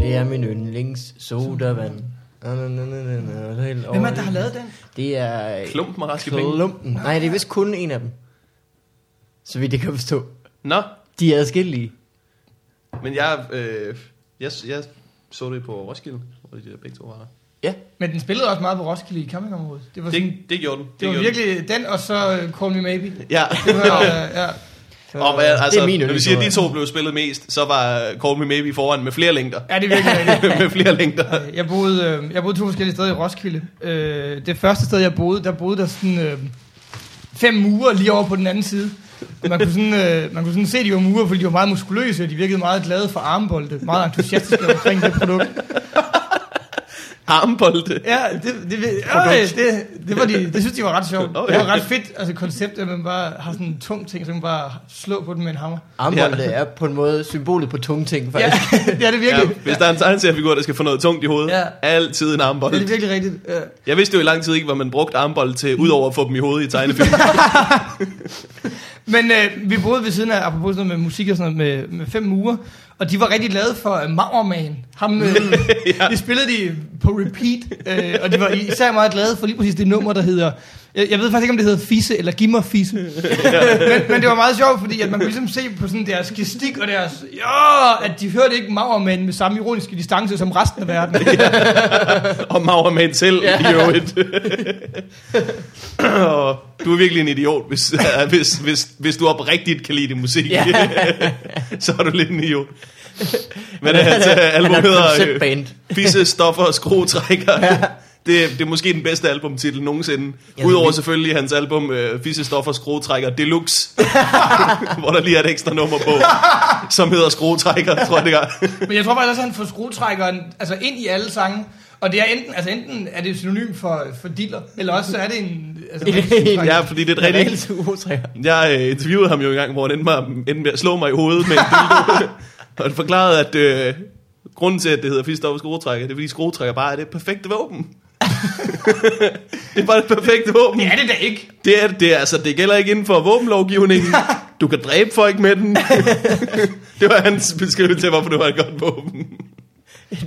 Det er min yndlings sodavand. Na, na, na, na, na, na, helt Hvem er det, ordentligt. der har lavet den? Det er... Klump med raske penge. Klumpen. Nej, det er vist kun en af dem. Så vidt jeg kan forstå. Nå, De er adskillige. men jeg, øh, jeg, jeg så det på Roskilde, hvor de der begge to var der. Ja. Men den spillede også meget på Roskilde i campingområdet. Det var, sådan, det, Det, det gjorde den. Det, det var gjorde virkelig den, og så øh, Call Me Maybe. Den. Ja. Det var, øh, ja. Så, Og, øh, altså, Det er min når vi siger, at de yndlingshistorie. to blev spillet mest, så var øh, Call Me Maybe foran med flere længder. ja, det er virkelig rigtigt. med flere længder. Jeg boede, øh, jeg boede to forskellige steder i Roskilde. Øh, det første sted, jeg boede, der boede der sådan øh, fem murer lige over på den anden side. Og man, kunne sådan, øh, man kunne sådan se, at de var murer, fordi de var meget muskuløse, og de virkede meget glade for armbolde. Meget entusiastiske omkring det produkt. Armbolde. Ja, det, det, det, øh, det, det, var de, det synes de var ret sjovt. Nå, Det ja. var ret fedt, altså konceptet, at man bare har sådan en tung ting, så man bare slå på den med en hammer. Armbolde ja. er på en måde symbolet på tunge ting, Ja, faktisk. Ja. det er det Ja, virkelig. hvis der er en tegneseriefigur, der skal få noget tungt i hovedet, Ja. ja. altid en Det er det armbold. virkelig rigtigt. Ja. Jeg vidste jo i lang tid ikke, hvad man brugte armbold til, udover at få dem i hovedet i tegnefilm. Men øh, vi boede ved siden af, apropos sådan noget med musik og sådan noget, med, med fem murer, og de var rigtig glade for uh, Maurman. Ham, øh, ja. Det spillede de på repeat, øh, og de var især meget glade for lige præcis det nummer, der hedder... Jeg, jeg ved faktisk ikke, om det hedder Fisse eller Giv mig Fisse. men, men det var meget sjovt, fordi at man kunne ligesom se på sådan deres gestik og deres... Ja, at de hørte ikke Maurman med samme ironiske distance som resten af verden. og Maurman selv ja. i øvrigt. og du er virkelig en idiot, hvis, hvis, hvis, hvis du oprigtigt kan lide det musik. Ja. så er du lidt en idiot. Men hans øh, album Han er et hedder øh, konceptband. Fisse, Stoffer og Skruetrækker. Det, det er måske den bedste albumtitel nogensinde. Ja, Udover men- selvfølgelig hans album øh, Fisse, Stoffer og Skruetrækker Deluxe. hvor der lige er et ekstra nummer på, som hedder Skruetrækker, tror jeg det gør. Men jeg tror faktisk også, at han får skruetrækkeren altså ind i alle sange. Og det er enten, altså enten er det synonym for, for diller, eller også så er det en... Altså, En- ja, fordi det Det er et er rigtig altid urotrækker. Jeg øh, interviewede ham jo en gang, hvor han endte, mig, endte med at slå mig i hovedet med en dildo. og han forklarede, at øh, grunden til, at det hedder Fistoffers skruetrækker, det er, fordi skruetrækker bare er det perfekte våben. det er bare det perfekte våben. det er det da ikke. Det, er, det, er, altså, det gælder ikke inden for våbenlovgivningen. Du kan dræbe folk med den. det var hans beskrivelse af, hvorfor det var et godt våben.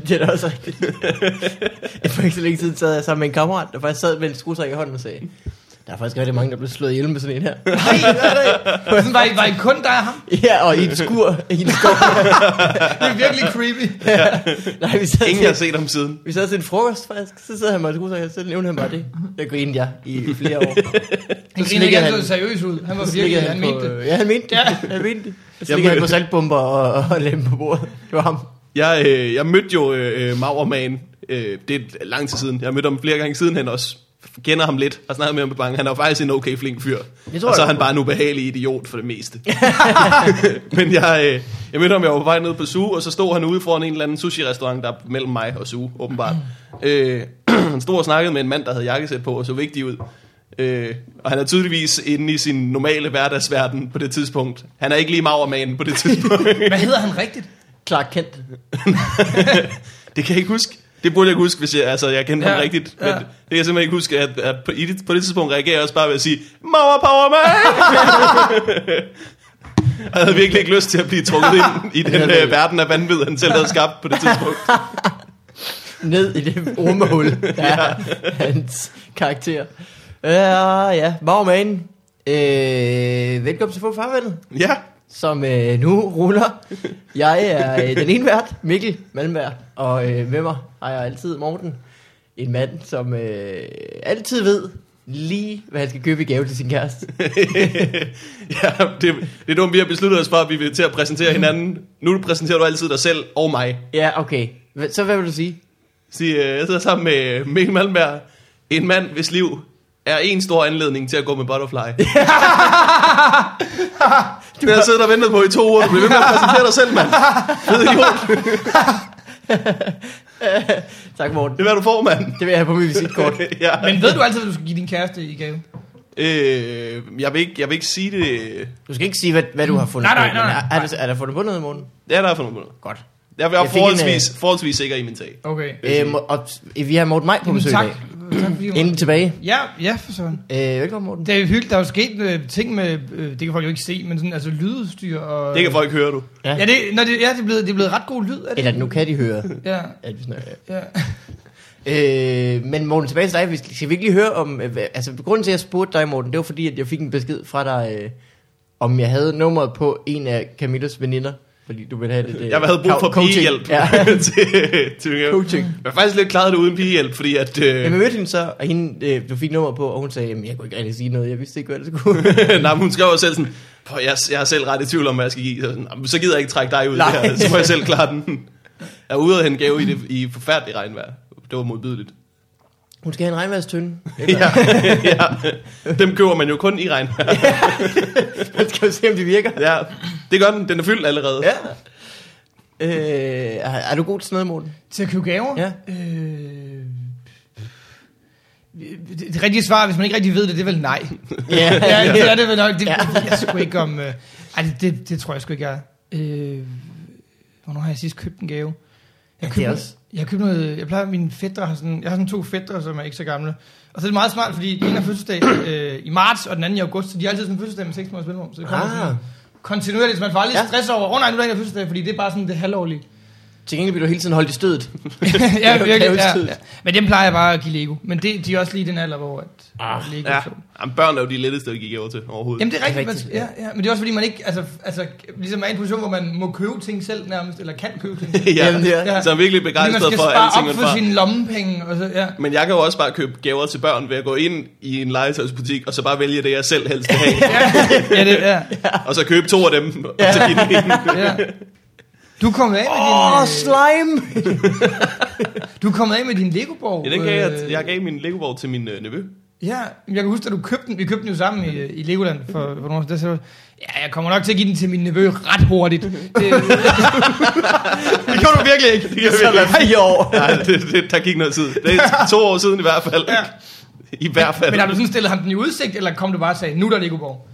Det er da også rigtigt. For ikke så længe siden sad jeg sammen med en kammerat, der faktisk sad med en skruetrækker i hånden og sagde, der er faktisk rigtig mange, der blev slået ihjel med sådan en her. Nej, det er det ikke. Sådan, var, I, var I kun der og ham? Ja, og i et skur, i en skov. Det er virkelig creepy. Nej, vi sad, Ingen har til, set ham siden. vi sad til en frokost faktisk, så sad han med en skruetrækker, så nævnte han bare det. Der grinede jeg i flere år. Han grinede ikke, slikkede han han- så seriøs ud. Han var Så virkelig, slikkede han mente det. på, Ja, han mente det. Ja. Han mente det. Så Jeg slikkede han mødte- på saltbomber og, og lem på bordet. Det var ham. Jeg, øh, jeg mødte jo øh, øh, Maurman, øh, det er lang tid siden. Jeg mødte ham flere gange siden hen også. Kender ham lidt, har snakket med ham på banken. Han er jo faktisk en okay flink fyr. Det tror og så er jeg. han bare en ubehagelig idiot for det meste. Men jeg, øh, jeg mødte ham, jeg var på vej ned på Zoo, og så stod han ude foran en eller anden sushi-restaurant, der er mellem mig og Zoo, åbenbart. Mm. Øh, han stod og snakkede med en mand, der havde jakkesæt på og så vigtig ud. Øh, og han er tydeligvis inde i sin normale hverdagsverden på det tidspunkt. Han er ikke lige maurmanden på det tidspunkt. Hvad hedder han rigtigt? Clark Kent. Det kan jeg ikke huske. Det burde jeg kunne huske, hvis jeg, altså, jeg kendte ja, Ja, ham rigtigt. Men ja. ja. det kan jeg simpelthen ikke huske, at, at på, i det, på det tidspunkt reagerer jeg også bare ved at sige, Mauer Power Man! Og jeg havde virkelig ikke lyst til at blive trukket ind i den øh, verden af vanvid, han selv havde skabt på det tidspunkt. ned i det ormehul, der er hans karakter. Uh, ja, Magman. Øh, velkommen til Få Farvandet, Ja, som øh, nu ruller. Jeg er øh, den ene vært, Mikkel Malmberg, og øh, med mig har jeg altid Morten. En mand, som øh, altid ved lige, hvad han skal købe i gave til sin kæreste. ja det, det er dumt, vi har besluttet os for, at vi vil til at præsentere hinanden. Nu præsenterer du altid dig selv og mig. Ja, okay. Hva- Så hvad vil du sige? Sige, øh, jeg sidder sammen med Mikkel Malmberg, en mand, hvis liv er en stor anledning til at gå med butterfly. du har siddet og ventet på i to uger. Du bliver ved med at præsentere dig selv, mand. Fed idiot. tak, Morten. Det er, hvad du får, mand. Det vil jeg have på mit visitkort. ja. Men ved du altid, at du skal give din kæreste i gave? Øh, jeg, vil ikke, jeg vil ikke sige det. Du skal ikke sige, hvad, hvad du har fundet Nej, nej, på. nej, men nej. Er, er, der, er der fundet på noget, Morten? Det er der for nogle måneder. Godt. Jeg er Jeg jeg fik en, forholdsvis, en, øh, forholdsvis sikker i min tag. Okay. Øh, må- og, vi har Morten Maj på Jamen, besøg tak. i dag. tak fordi du- Inden tilbage. Ja, ja, for sådan. Øh, velkommen, Morten. Det er jo hyggeligt, der er jo sket øh, ting med, øh, det kan folk jo ikke se, men sådan, altså lydudstyr og... Det kan folk høre, du. Ja, det, når det, ja, det, er blevet, det er blevet ret god lyd, er det? Eller nu kan de høre. Ja, at vi snakker. ja. Øh, men Morten, tilbage til dig. Vi skal, skal virkelig høre om... øh, hvad- Altså, grunden til, at jeg spurgte dig, Morten, det var fordi, at jeg fik en besked fra dig, øh, om jeg havde nummeret på en af Camillas veninder. Fordi du ville have det... det Jeg havde brug for coaching. pigehjælp. Ja, til, til min gave. coaching. jeg har faktisk lidt klaret det uden pigehjælp, fordi at... Øh, Jamen, jeg mødte hende så, og hende, øh, du fik nummer på, og hun sagde, jamen, jeg kunne ikke rigtig sige noget, jeg vidste ikke, hvad det skulle. nej, men hun skrev også selv sådan, "Prøv, jeg, jeg er selv ret i tvivl om, hvad jeg skal give. Så, sådan, "Nå, men så gider jeg ikke trække dig ud. Nej. Her, så må jeg selv klare den. Jeg er ude og hente gave i, det, i forfærdelig regnvejr. Det var modbydeligt. hun skal have en regnværstønde. Ja, ja. Dem køber man jo kun i regnvejr. Man skal jo se, om det virker. Ja, det gør den. Den er fyldt allerede. Ja. Øh, er, er du god til sådan noget, Morten? Til at købe gaver? Ja. Øh, det, det rigtige svar, hvis man ikke rigtig ved det, det er vel nej. Ja, ja, det er det vel nok. Det, Ja. ja. det ved jeg sgu ikke om... Øh, ej, det, det, det tror jeg sgu ikke, jeg... Øh, hvornår har jeg sidst købt en gave? Ja, det købte er noget- også- Jeg købte noget... Jeg plejer mine fætter har sådan... Jeg har sådan to fætter, som er ikke så gamle. Og så er det meget smart, fordi den ene har fødselsdag øh, i marts, og den anden i august, så de har altid sådan en fødselsdag med 6 måneders mellemrum. Så det kommer Ah. sådan kontinuerligt, så man får aldrig Ja. ja. stress over, åh oh, nej, nu er der en der har fødselsdag, fordi det er bare sådan det halvårlige. Til gengæld bliver du hele tiden holdt i stødet. ja, virkelig, ja, Kaostydet. ja. Men dem plejer jeg bare at give Lego. Men det, de er også lige i den alder, hvor at ah, Lego Ja. ja. Jamen, børn er jo de letteste at give gaver til overhovedet. Jamen det er rigtigt, Rigtigt, man, ja, ja. men det er også fordi man ikke, altså, altså ligesom er i en position, hvor man må købe ting selv nærmest, eller kan købe ting. Fordi ja. Jamen, det er- Så jeg er virkelig man begejstret skal for alle spare ting, op man for får. sine lommepenge, og så, ja. Men jeg kan jo også bare købe gaver til børn ved at gå ind i en legetøjsbutik, og så bare vælge det, jeg selv helst vil have. ja, det, ja, og så købe to af dem, og så give den ene. ja. Du er kommet af med Åh, oh, din, øh, slime! du er kommet af med din Lego-borg. Ja, den gav jeg, øh, jeg gav min Lego til min øh, nevø. Ja, jeg kan huske, at du købte den. Vi købte den jo sammen i, øh, i Legoland for, for nogle år siden. Der sagde du, Ja, jeg kommer nok til at give den til min nevø ret hurtigt. Det, det gjorde du virkelig ikke. Det Så er der fire år. Nej, det, det, der gik noget tid. Det er to år siden i hvert fald. Ja. I hvert fald. Men har du sådan stillet ham den i udsigt, eller kom du bare og sagde, nu er der Legoborg?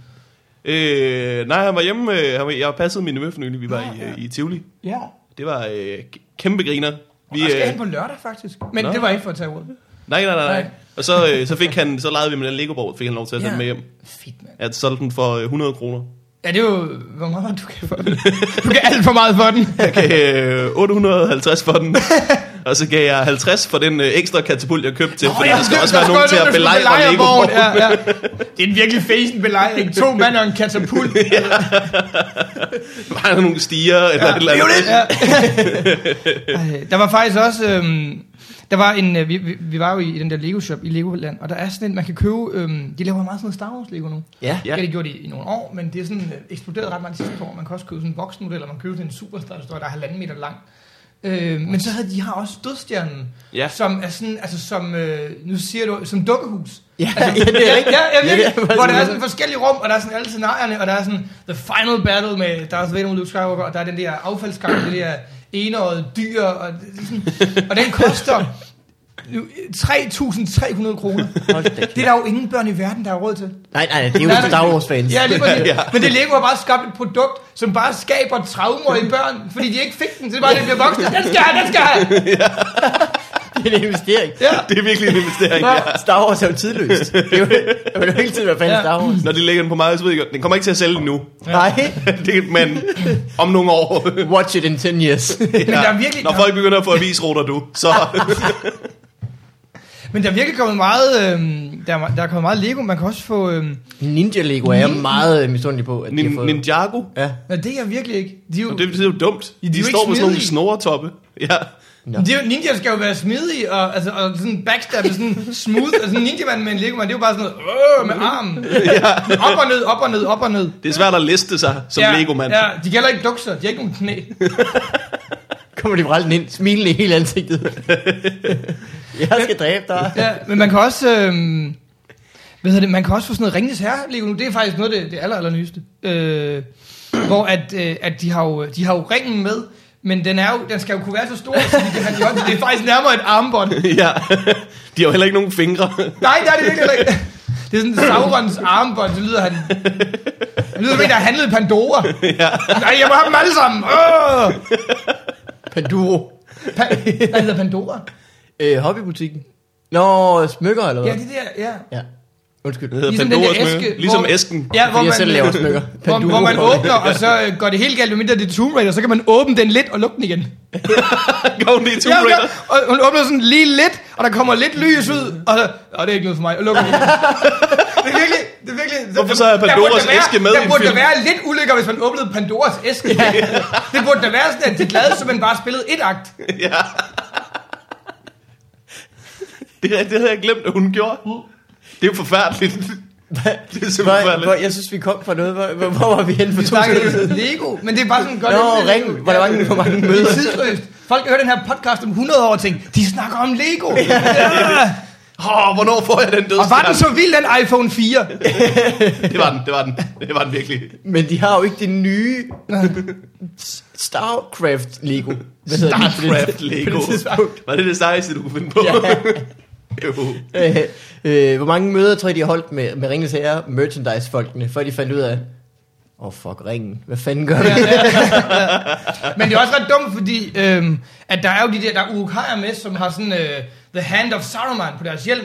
Øh, nej, han var hjemme. Øh, han var, jeg passede min nevø for nylig. Vi var i, øh, i Tivoli. Ja. Det var øh, kæmpe griner. Vi, Vi, jeg skal øh, hen på lørdag, faktisk. Men Nå. Nå. det var ikke for at tage ordet. nej, nej, nej, nej. Nej. Og så, øh, så, fik han, så legede vi med den Lego-borg, fik han lov til at tage den med hjem. Fedt, mand. Jeg solgte den for øh, 100 kroner. Ja, det er jo, hvor meget var det, du kan for den. Du kan alt for meget for den. Jeg gav øh, 850 for den. Og så gav jeg 50 for den øh, ekstra katapult, jeg købte til, fordi der skal også være nogen til at belejre fra lego Legoborg. Ja, ja. Det er en virkelig fesen belejring. To mand og en katapult. Var der nogle stiger eller ja, et eller andet? Ja. Ej, der var faktisk også... Øhm, der var en, øh, vi, vi, vi var jo i den der Lego-shop i Legoland, og der er sådan en, man kan købe, øhm, de laver meget sådan noget Star Wars Lego nu. Ja. Ja. Ja. Det har de gjort i, i nogle år, men det er sådan øh, eksploderet ret meget de sidste år. Man kan også købe sådan en voksenmodel, og man køber sådan en superstar, der står der er halvanden meter lang. Øh, men så havde de har også dødstjernen, Ja. som er sådan, altså som, øh, nu siger du, som dukkehus. Ja, ja, det er rigtigt. Ja, ja, virkelig, Ja, det er hvor der er faktisk- sådan forskellige rum, og der er sådan alle scenarierne, og der er sådan The Final Battle med Darth Vader mod Luke Skywalker, og der er den der affaldskamp, det der enårede dyr, og, det er sådan, og den koster øh, nu, 3.300 kroner. Hold da kæft. Det er der jo ingen børn i verden, der har råd til. Nej, nej, det er jo Nej, nej. Star Wars-fans. Ja, lige præcis. Ja. ja. Men det Lego har bare skabt et produkt, som bare skaber traumer i børn, fordi de ikke fik den. Så det er bare, det bliver voksne. Den skal jeg have, den skal jeg have. Det er en investering. Ja. Det er virkelig en investering, ja. Star Wars er jo tidløst. Det er jo, jeg vil jo hele tiden være fan af Ja. Star Wars. Når de lægger den på markedet, så ved jeg godt, den kommer ikke til at sælge den nu. Nej, det, men om nogle år. watch it in 10 years. Men der er virkelig... Når folk begynder at få avisruter, du, så... Men der er virkelig kommet meget... Øhm, der, er, der er kommet meget Lego. Man kan også få... Øhm, Ninja Lego er jeg meget øh, misundelig på, at de har Nin, fået. Ninjago. Ja. nej, det er jeg virkelig ikke. De er jo, Det, det er jo dumt. er De jo står ikke med sådan nogle smidige. snoretoppe. Ja. Nå. de er jo, ninja skal jo være smidige, og, altså, og sådan backstab, sådan smooth. Altså sådan en ninja-mand med en lego det er jo bare sådan noget, øh, med armen. Op og ned, op og ned, op og ned. Det er svært at liste sig som ja, Lego-mand. Ja, Ja. de kan heller ikke dukke sig. De har ikke nogen knæ. Kommer de vrælden ind, smilende i hele ansigtet. jeg skal dræbe dig. Ja, men man kan også... Øhm, hvad hedder det, man kan også få sådan noget Ringnes Herre Lego nu. Det er faktisk noget af det, det aller, aller nyeste. Øh, hvor at, øh, at de, har jo, de har jo ringen med, Men den, er jo, den skal jo kunne være så stor, så de kan have den i hånden. Det er faktisk nærmere et armbånd. ja. De har jo heller ikke nogen fingre. Nej, det er det virkelig ikke. Det er sådan Saurons armbånd, det lyder han... Det lyder som en, der har handlet i Pandora. Nej, jeg må have dem alle sammen. Øh! Panduro. Pa- Hvad hedder Pandora? Øh, hobbybutikken. Nå, smykker eller hvad? Ja, det der, ja. ja. Undskyld. Det hedder Ligesom ligesom den der Pandoras æske, æske, Ligesom hvor- æsken. Ja, hvor Fordi jeg man, selv laver smykker. hvor, hvor man åbner, og så øh, går det helt galt, medmindre det er Tomb Raider, så kan man åbne den lidt og lukke den igen. Går hun i Tomb Ja, Raider? ja, og hun åbner sådan lige lidt, og der kommer lidt lys ud, og så, og det er ikke noget for mig, og lukker den igen. Det er virkelig, det er virkelig... Hvorfor så er der burde Pandoras der være- æske med i Der en burde der film? være lidt ulykker, hvis man åbnede Pandoras æske. Det burde der være sådan, at det glade, så man bare spillede et akt. Ja. Det, det havde jeg glemt, at hun gjorde. Hm. Det er jo forfærdeligt. Det er simpelthen Hvor, hvor, forfærdeligt. jeg synes, vi kom fra noget. Hvor, hvor, hvor var vi henne for Vi to sekunder siden? snakkede Lego, men det er bare sådan godt... Nå, det er- ring. Hvor der mange- hvor mange Det er møder. tidsløst. Folk hører den her podcast om 100 år og tænker, de snakker om Lego. Ja. Åh, oh, hvornår får jeg den Og var den dødsstjerne? så vild, den iPhone 4? Det var den, det var den. Det var den virkelig. Men de har jo ikke det nye S- Starcraft Lego. Hvad hedder det? Starcraft Lego. På det tidspunkt. Var det det sejeste, du kunne finde på? Ja. Jo. Øh, øh, hvor mange møder tror I, de har holdt med, med Ringens Herre merchandise-folkene, før de fandt ud af, åh oh, fuck ringen, hvad fanden gør vi? Men det er også ret dumt, fordi øhm, at der er jo de der, der er urukhaier med, som har sådan øh, The Hand of Saruman på deres hjelm.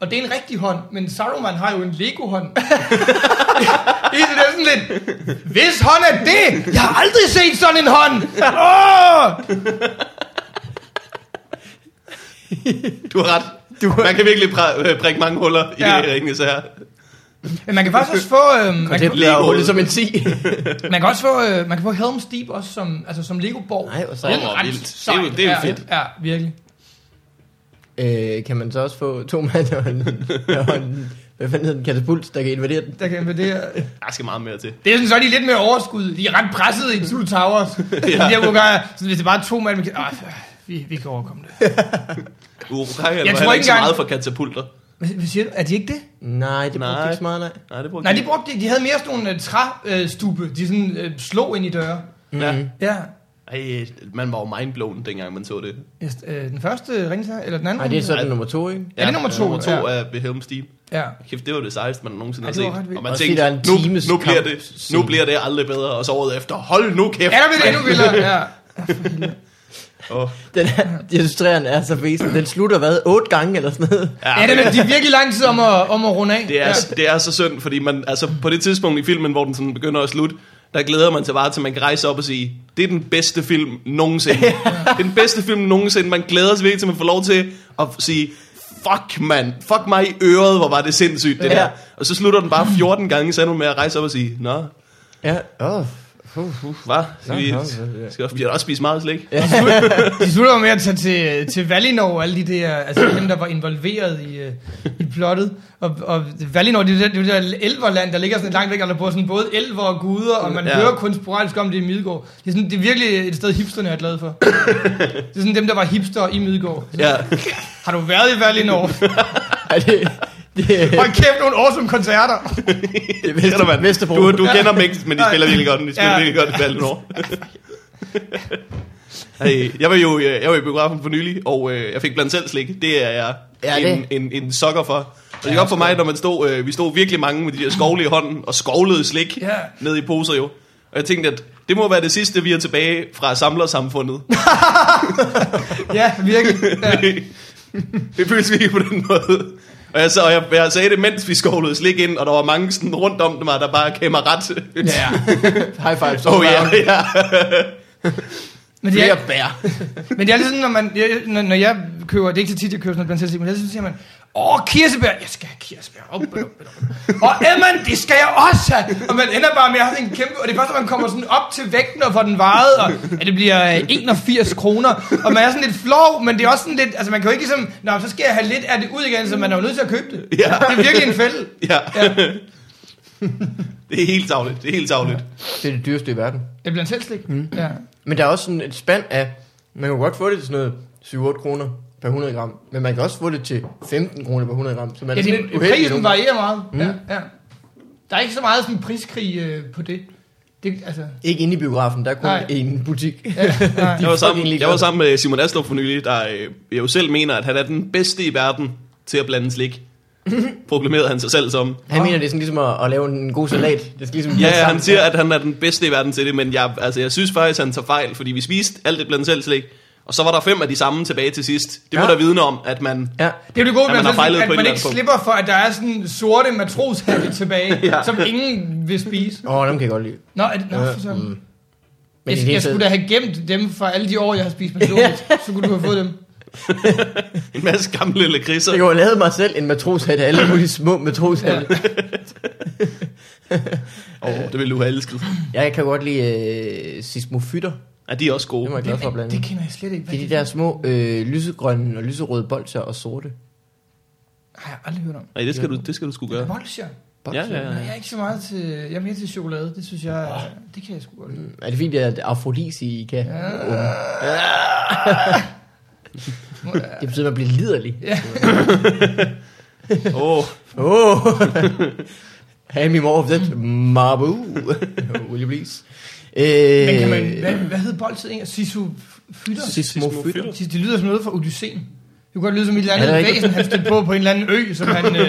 Og det er en rigtig hånd, men Saruman har jo en Lego-hånd. I det er sådan lidt, hvis hånd er det? Jeg har aldrig set sådan en hånd! Åh! Du har ret. Du Du- Man kan virkelig præ- øh, prikke mange huller i Ja. ja. ringene, så her. Men man kan faktisk også få, øhm, man, Det kan, bliver Lego. hullet som en 10. man kan også få, øh, man kan få Helm's Deep også som, altså som Lego-borg. Nej, hvor sejt. Det er Åh, ret vildt. sejt. Det er jo- det er jo Ja, fedt. Ja, virkelig. øh, kan man så også få to mand og en, og en hvad fanden hedder den, katapult, der kan invadere den? Der kan, det er, Der skal meget mere til. Det er sådan, så er de lidt mere overskud. De er ret presset i Two Towers. ja. De der Bulgarer, så hvis det bare er to mand, man kan, ah, vi, vi kan overkomme det. Uh, Uruguay tror jeg tror ikke ikke så engang- meget for katapulter. Hvad, hvad siger du? Er de ikke det? Nej, det brugte Nej. ikke så meget, nej. Nej, det brugte Nej, jeg de, ikke. brugte, de havde mere sådan nogle uh, træstube. De sådan uh, slog ind i døre. Mm. Ja. Ja. Ej, man var jo mindblown, dengang man så det. Ja, st- øh, Den første ringsager, eller den anden? Nej, det er ringsager? sådan nummer to, ikke? Ja, det er nummer to, Nummer to ja. er Helm's Deep. Ja. Kæft, det var det sejeste, man nogensinde har Ja, det var ret set. vildt. Og man Også fordi der er en tænkte, nu, times nu, bliver kamp det, nu scene. bliver det aldrig bedre. Og så året efter, hold nu kæft. Ja, der blev det endnu vildere. Ja. Åh, Den her, jeg synes, træerne er så væsentlig. Den slutter hvad, otte gange eller sådan noget? Ja, det er, de er virkelig lang tid om at, om at runde af. Det er, ja. ja. det er så synd, fordi man, altså, på det tidspunkt i filmen, hvor den sådan begynder at slutte, der glæder man sig bare til, at man kan rejse op og sige, det er den bedste film nogensinde. det er den bedste film nogensinde. Man glæder sig virkelig til, at man får lov til at sige, fuck mand, fuck mig i øret, hvor var det sindssygt det Ja. ja. der. Og så slutter den bare 14 gange, så med at rejse op og sige, nå, Ja, åh. Oh. hvad? Skal vi, Nå, nå, ja. skal vi også spise meget slik? Ja. De slutter med at tage til, til Valinor, alle de der, altså dem, der var involveret i, øh, i plottet. Og, og Valinor, det er det der, det der elverland, der ligger sådan langt væk, og der bor sådan både elver og guder, og man Ja. ja. hører kun sporadisk om det i Midgård. Det er, sådan, det er virkelig et sted, hipsterne er glade for. det er sådan dem, der var hipster i Midgård. ja. Har du været i Valinor? Er det, det, Hold kæft, nogle awesome koncerter. det er Ved du, mand, Vesterbro. Du, du kender dem ikke, men de spiller virkelig godt. De spiller Ja. ja. virkelig godt i Valinor. Hey, jeg var jo øh, jeg var i biografen for nylig, og øh, jeg fik blandt selv slik. Det er jeg Ja, det. en, en, en sokker for. Og det er godt for mig, når man stod, øh, vi stod virkelig mange med de der skovle i hånden og skovlede slik Ja. ned i poser jo. Og jeg tænkte, at det må være det sidste, vi er tilbage fra samlersamfundet. Ja, virkelig. Ja. det føles virkelig på den måde. Og jeg, så, og jeg, jeg sagde det, mens vi skovlede slik ind, og der var mange sådan rundt om mig, der bare kæmmer ret. ja. High five. så Oh, round. ja, ja. Men det er, Flere bær. Men det er ligesom, når, man, jeg, når, når jeg køber, det er ikke så tit, jeg køber sådan noget blandt selv, men så siger man, åh, kirsebær, jeg skal have kirsebær, op, op, op, op. og Emman, det skal jeg også have, og man ender bare med at have sådan en kæmpe, og det er først, når man kommer sådan op til vægten, og får den vejet, og ja, det bliver øh, 81 kroner, og man er sådan lidt flov, men det er også sådan lidt, altså man kan jo ikke ligesom, nå, så skal jeg have lidt af det ud igen, så man er jo nødt til at købe det. Ja. Det er virkelig en fælde. Ja. Ja. Det er helt savligt. Det er helt savligt. Det er det dyreste i verden. Det er blandt selv slik. Mm. Ja. Men der er også sådan et spand af, man kan godt få det til sådan noget 7-8 kroner per 100 gram, men man kan også få det til 15 kroner per 100 gram, så man Ja, er sådan det, lidt uheldig. prisen nogle gange. varierer meget. Mm. Ja, ja. Der er ikke så meget sådan priskrig øh, på det. Det, altså, Ikke inde i biografen, der er kun Nej. en butik. ja, nej. Jeg var, sammen, ligeglade. jeg var sammen med Simon Astrup for nylig, der øh, jo selv mener, at han er den bedste i verden til at blande slik. Proklamerede han sig selv som. Han mener, det er sådan ligesom at, at lave en god salat. Det skal ligesom Ja, passe ja, han sammen. siger, at han er den bedste i verden til det, men jeg, altså, jeg synes faktisk, han tager fejl, fordi vi spiste alt det blandt selv slik, og så var der fem af de samme tilbage til sidst. Det må Ja. ja. da vidne om, at man... Ja. Det er jo det gode, Ja, ved man har at- fejlet at på et man eller ikke andet slipper for, at der er sådan sorte matroshatte tilbage, ja. som ingen vil spise. Åh, oh, dem kan jeg godt lide. Nå, er det, nå for sådan. Mm. Men i Men det jeg, hele jeg skulle da taget, have gemt dem for alle de år, jeg har spist McDonald's. så kunne du have fået dem. En masse gamle lakridser. jeg kunne have lavet mig selv en matroshat af alle mulige små matroshatte. Ja. Åh, oh, det ville du have elsket. Jeg kan godt lide øh, sismofytter. Ja, de Oh, er også Det gode. var jeg glad for at blande. det kender jeg slet ikke. Hvad Det er de der små øh, lysegrønne og lyserøde bolcher og sorte. har jeg aldrig hørt om. Nej, det skal du, det skal du sgu gøre. Bolsjer. bolcher. Ja, ja, Nej, jeg er ikke så meget til... Jeg er mere til chokolade. Det synes jeg... Det kan jeg sgu godt lide. Er det fint, at afrodis i IKEA? Ja. Det betyder, at man bliver liderlig. Åh, oh, Oh. Hand me more of that marble. Will you please? Øh, Men kan man... Hvad, hvad hed bolset egentlig? Sisu Fytter? Sismofytter. Sidst, det lyder som noget fra Odysseen. Det kunne godt lyde som et eller andet Ja, det er rigtigt. væsen, han stødte på på en eller anden ø, som han øh,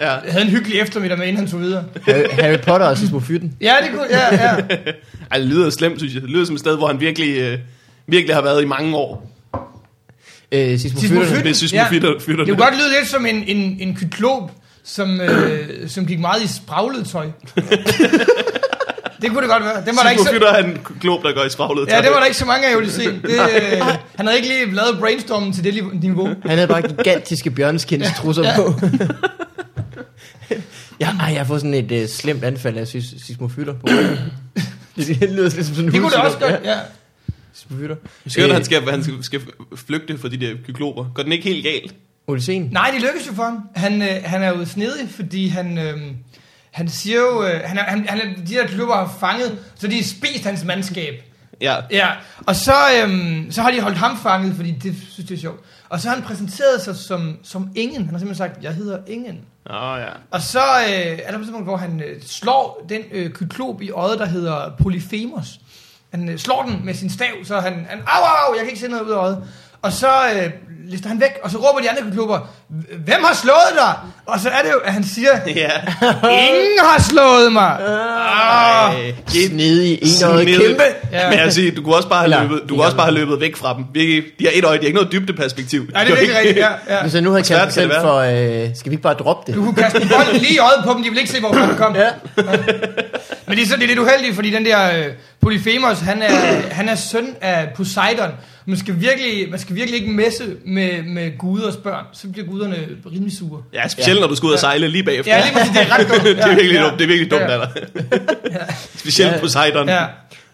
ja. havde en hyggelig eftermiddag med, inden han tog videre. Harry, Harry Potter og Øh, sismofytten. Ja, det kunne... Ja, ja. Ej, det lyder slemt, synes jeg. Det lyder som et sted, hvor han virkelig, øh, virkelig har været i mange år. Øh, sismofytterne. Sismofytten. Det synes man Ja. fytter, fytter Det kunne godt lyde lidt som en, en, en kyklop, som, øh, som gik meget i spraglet tøj. det kunne det godt være. Den var der ikke så, Fytter han klub, der går i spraglet. ja, det var der ikke så mange af, Odysseen. Det, øh, han havde ikke lige lavet brainstormen til det li- niveau. Han havde bare gigantiske bjørneskinstrusser Ja. ja. på. ja, ej, jeg har fået sådan et øh, slemt anfald af sis- sismofytter på. det lyder lidt som sådan en Det kunne det også hudsygdom. godt, ja. Sismofytter. Skønt, Øh, at han skal, han skal, skal flygte fra de der kykloper. Går den ikke helt galt? Odysseen. Nej, det lykkes jo for ham. Han, øh, han er jo snedig, fordi han... Øh, han siger jo, øh, han, er- han, han, er- de der klubber har fanget, så de har spist hans mandskab. Ja. Ja, og så, øhm, så har de holdt ham fanget, fordi det synes jeg er sjovt. Og så har han præsenteret sig som, som Ingen. Han har simpelthen sagt, jeg hedder Ingen. Åh, oh, ja. Og så øh, er der på et tidspunkt, hvor han øh, slår den øh, kyklop i øjet, der hedder Polyphemus. Han øh, slår den med sin stav, så han, han au, au, au, jeg kan ikke se noget ud af øjet. Og så øh, lister han væk, og så råber de andre kykloper, hvem har slået dig? Og så er det jo, at han siger, Ja. ingen har slået mig. Ah. Øh, Snedig, enøjet, Snedig. kæmpe. Ja. Ja. Men jeg siger, du kunne også bare have Eller- løbet, du kunne også bare have løbet væk fra dem. Virkelig, de har et øje, de har ikke noget dybdeperspektiv. Ja, det er virkelig rigtigt, ja, ja. Hvis jeg nu havde svært kaldt mig kan selv det for, øh, skal vi ikke bare droppe det? Du kunne kaste en bold lige i øjet på dem, de ville ikke se, hvor han kom. Ja. Men det er så det er lidt uheldigt, fordi den der øh, Polyphemus, han er, han er søn af Poseidon. Man skal virkelig, man skal virkelig ikke messe med, med guders børn, så bliver guderne rimelig sure. Ja, specielt når du skal ud og sejle lige bagefter. Ja, lige præcis, det er ret dumt. Ja, det er virkelig ja. dumt, det er virkelig dumt ja. af dig. Specielt Ja. Poseidon. Ja.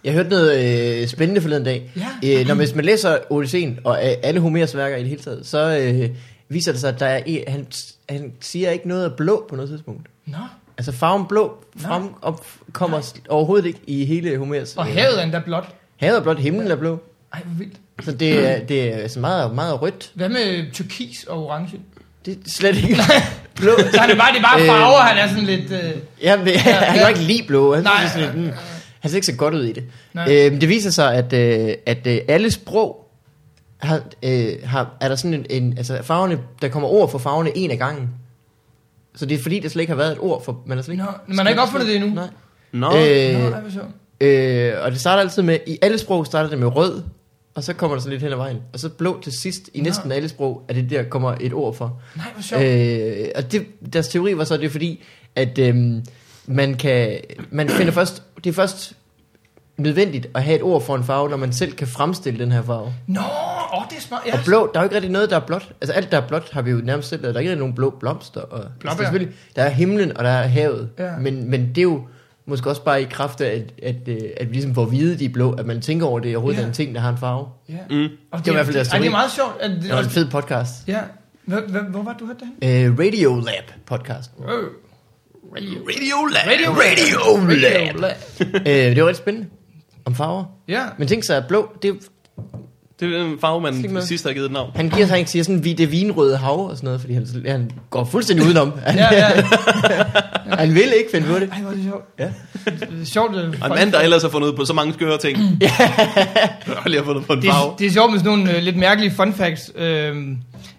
Jeg hørte noget øh, spændende forleden dag. Ja. Øh, når hvis man læser Odysseen og øh, alle Homers værker i det hele taget, så øh, viser det sig, at der er, en- han, han siger ikke noget af blå på noget tidspunkt. Nå, Altså farven blå frem op, kommer s- overhovedet ikke i hele Homers. og øh, havet er endda blåt. Havet er blot, himlen er blå. Ej, hvor vildt. Så det Mm. er, det er så meget, meget rødt. Hvad med turkis og orange? Det er slet ikke blå. Så han er bare, det er bare Øh. farver, han er sådan lidt... Øh, Jamen, ja, Ja, han kan ja. jo ikke lide blå. Han, Nej. Nej, sådan, lidt, mm, han ser ikke så godt ud i det. Nej. Øhm, det viser sig, at, øh, at øh, alle sprog har, øh, har, er der sådan en, en... Altså farverne, der kommer ord for farverne en af gangen. Så det er fordi, der slet ikke har været et ord for... Man har slet ikke, Nå, man har ikke opfundet det endnu. Nej. Nå, Nå, Øh, ej, hvor sjovt. øh, og det starter altid med... I alle sprog starter det med rød, og så kommer der sådan lidt hen ad vejen. Og så blå til sidst i næsten alle sprog, er det der kommer et ord for. Nej, hvor sjovt. Øh, og det, deres teori var så, at det er fordi, at øhm, man kan, man finder først, det er først nødvendigt at have et ord for en farve, når man selv kan fremstille den her farve. Nå, åh, det er smart. Ja, Og blå, der er jo ikke rigtig noget, der er blåt. Altså alt, der er blåt, har vi jo nærmest selv lavet. Der er ikke rigtig nogen blå blomster. Og, altså, der, er Blåbær. selvfølgelig, der er himlen, og der er havet. Ja. Men, men det er jo måske også bare i kraft af, at, at, øh, at vi ligesom får at vide, de er blå, at man tænker over, at det overhovedet Ja. ja. er en ting, der har en farve. ja. Mm. Og Det var i hvert fald deres ej, det teori. er meget sjovt. At, Det er også en fed podcast. Ja. Hvor, hvor, hvor var det, du hørte det henne? Øh, Radio Lab podcast. Øh, Radio. Radio Lab. Radio Lab. Radio Lab. øh, det var rigtig spændende. Om farver. Ja. Men tænk sig, at blå, det, Det er en farve, Slik man med. sidst har givet et navn. han giver sig ikke siger sådan, vi det vinrøde hav og sådan noget, fordi han, han går fuldstændig udenom. Han, Ja, ja. Han vil ikke finde på det. Ej, hvor er det sjovt. Ja. Det er sjovt. øh, Og en folk- mand, der ellers har fundet ud på så mange skøre ting. Jeg har lige fundet på en Det, farve. er, det er sjovt med sådan nogle øh, lidt mærkelige fun facts. Øh,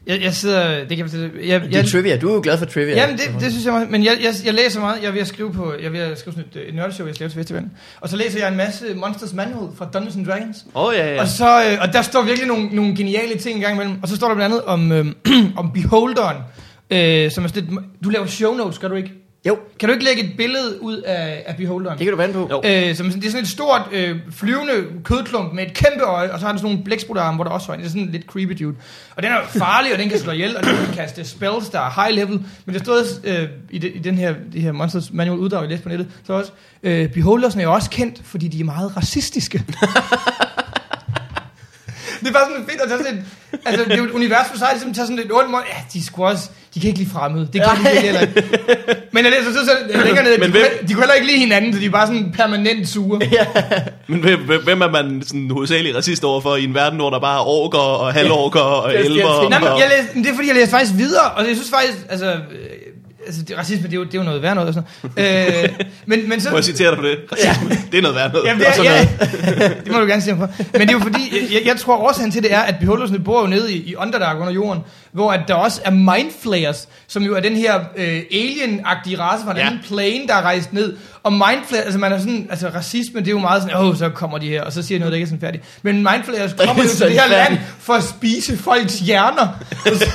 jeg, jeg sidder... Det kan jeg fortælle. Jeg, Det jeg, er trivia. Du er jo glad for trivia. Jamen, det, det synes jeg meget. Men jeg, jeg, jeg læser meget. Jeg er ved at skrive på... Jeg er ved at skrive sådan et, øh, et nørdeshow, jeg skal lave til festivalen. Og så læser jeg en masse Monsters Manual fra Dungeons and Dragons. Åh, oh, ja, ja. Og, så, øh, og der står virkelig nogle, nogle geniale ting engang imellem. Og så står der blandt andet om, øh, om Beholderen, øh, som er sådan lidt, Du laver show notes, gør du ikke? Jo, Kan du ikke lægge et billede ud af, af Beholderen? det kan du vande på. Jo. Øh, som, er sådan- det er sådan et stort øh, flyvende kødklump med et kæmpe øje, og så har den sådan nogle blæksprutarme, hvor der også er øjne. Det er sådan lidt creepy dude. Og den er farlig, og den kan slå ihjel, og den kan kaste spells, der er high level. Men der stod også, øh, i, de, i den her, det her Monsters Manual uddrag, jeg læste på nettet, så også, øh, Beholdersne er jo også kendt, fordi de er meget racistiske. Det er bare sådan fedt at tage sådan et, altså det er jo et univers for sig, ligesom tage sådan et ondt måde, ja, de er sgu også, de kan ikke lide fremmede, det kan de virkelig heller ikke. Men jeg læser så, så jeg længere ned, at de, Men kunne, hvem- heller- de kunne heller ikke lide hinanden, så de er bare sådan permanent sure. Men hvem, hvem- hvem er man sådan hovedsageligt racist overfor i en verden, hvor der bare er orker og halvorker og Det er- det er- elver? det er- Nej, men og- jeg læste, men det er fordi, jeg læser faktisk videre, og jeg synes faktisk, altså, øh, altså det, racisme, det er, jo, det er jo noget værd noget og sådan noget. Øh, men, men så, Må jeg citere dig på det? Racisme, det er noget værd noget. Jamen, Og sådan noget. det, er, ja, det må du gerne sige mig for. Men det er jo fordi, jeg- jeg, jeg tror årsagen til det er, at beholdersne bor jo nede i, i Underdark under jorden, hvor at der også er Mindflayers, som jo er den her øh, alien-agtige race fra en Ja. anden plane, der er rejst ned. Og Mindflayers, altså man er sådan, altså racisme, det er jo meget sådan, åh, så kommer de her, og så siger de noget, der ikke er sådan færdigt. Men Mindflayers kommer jo til det her land for at spise folks hjerner. Og Så,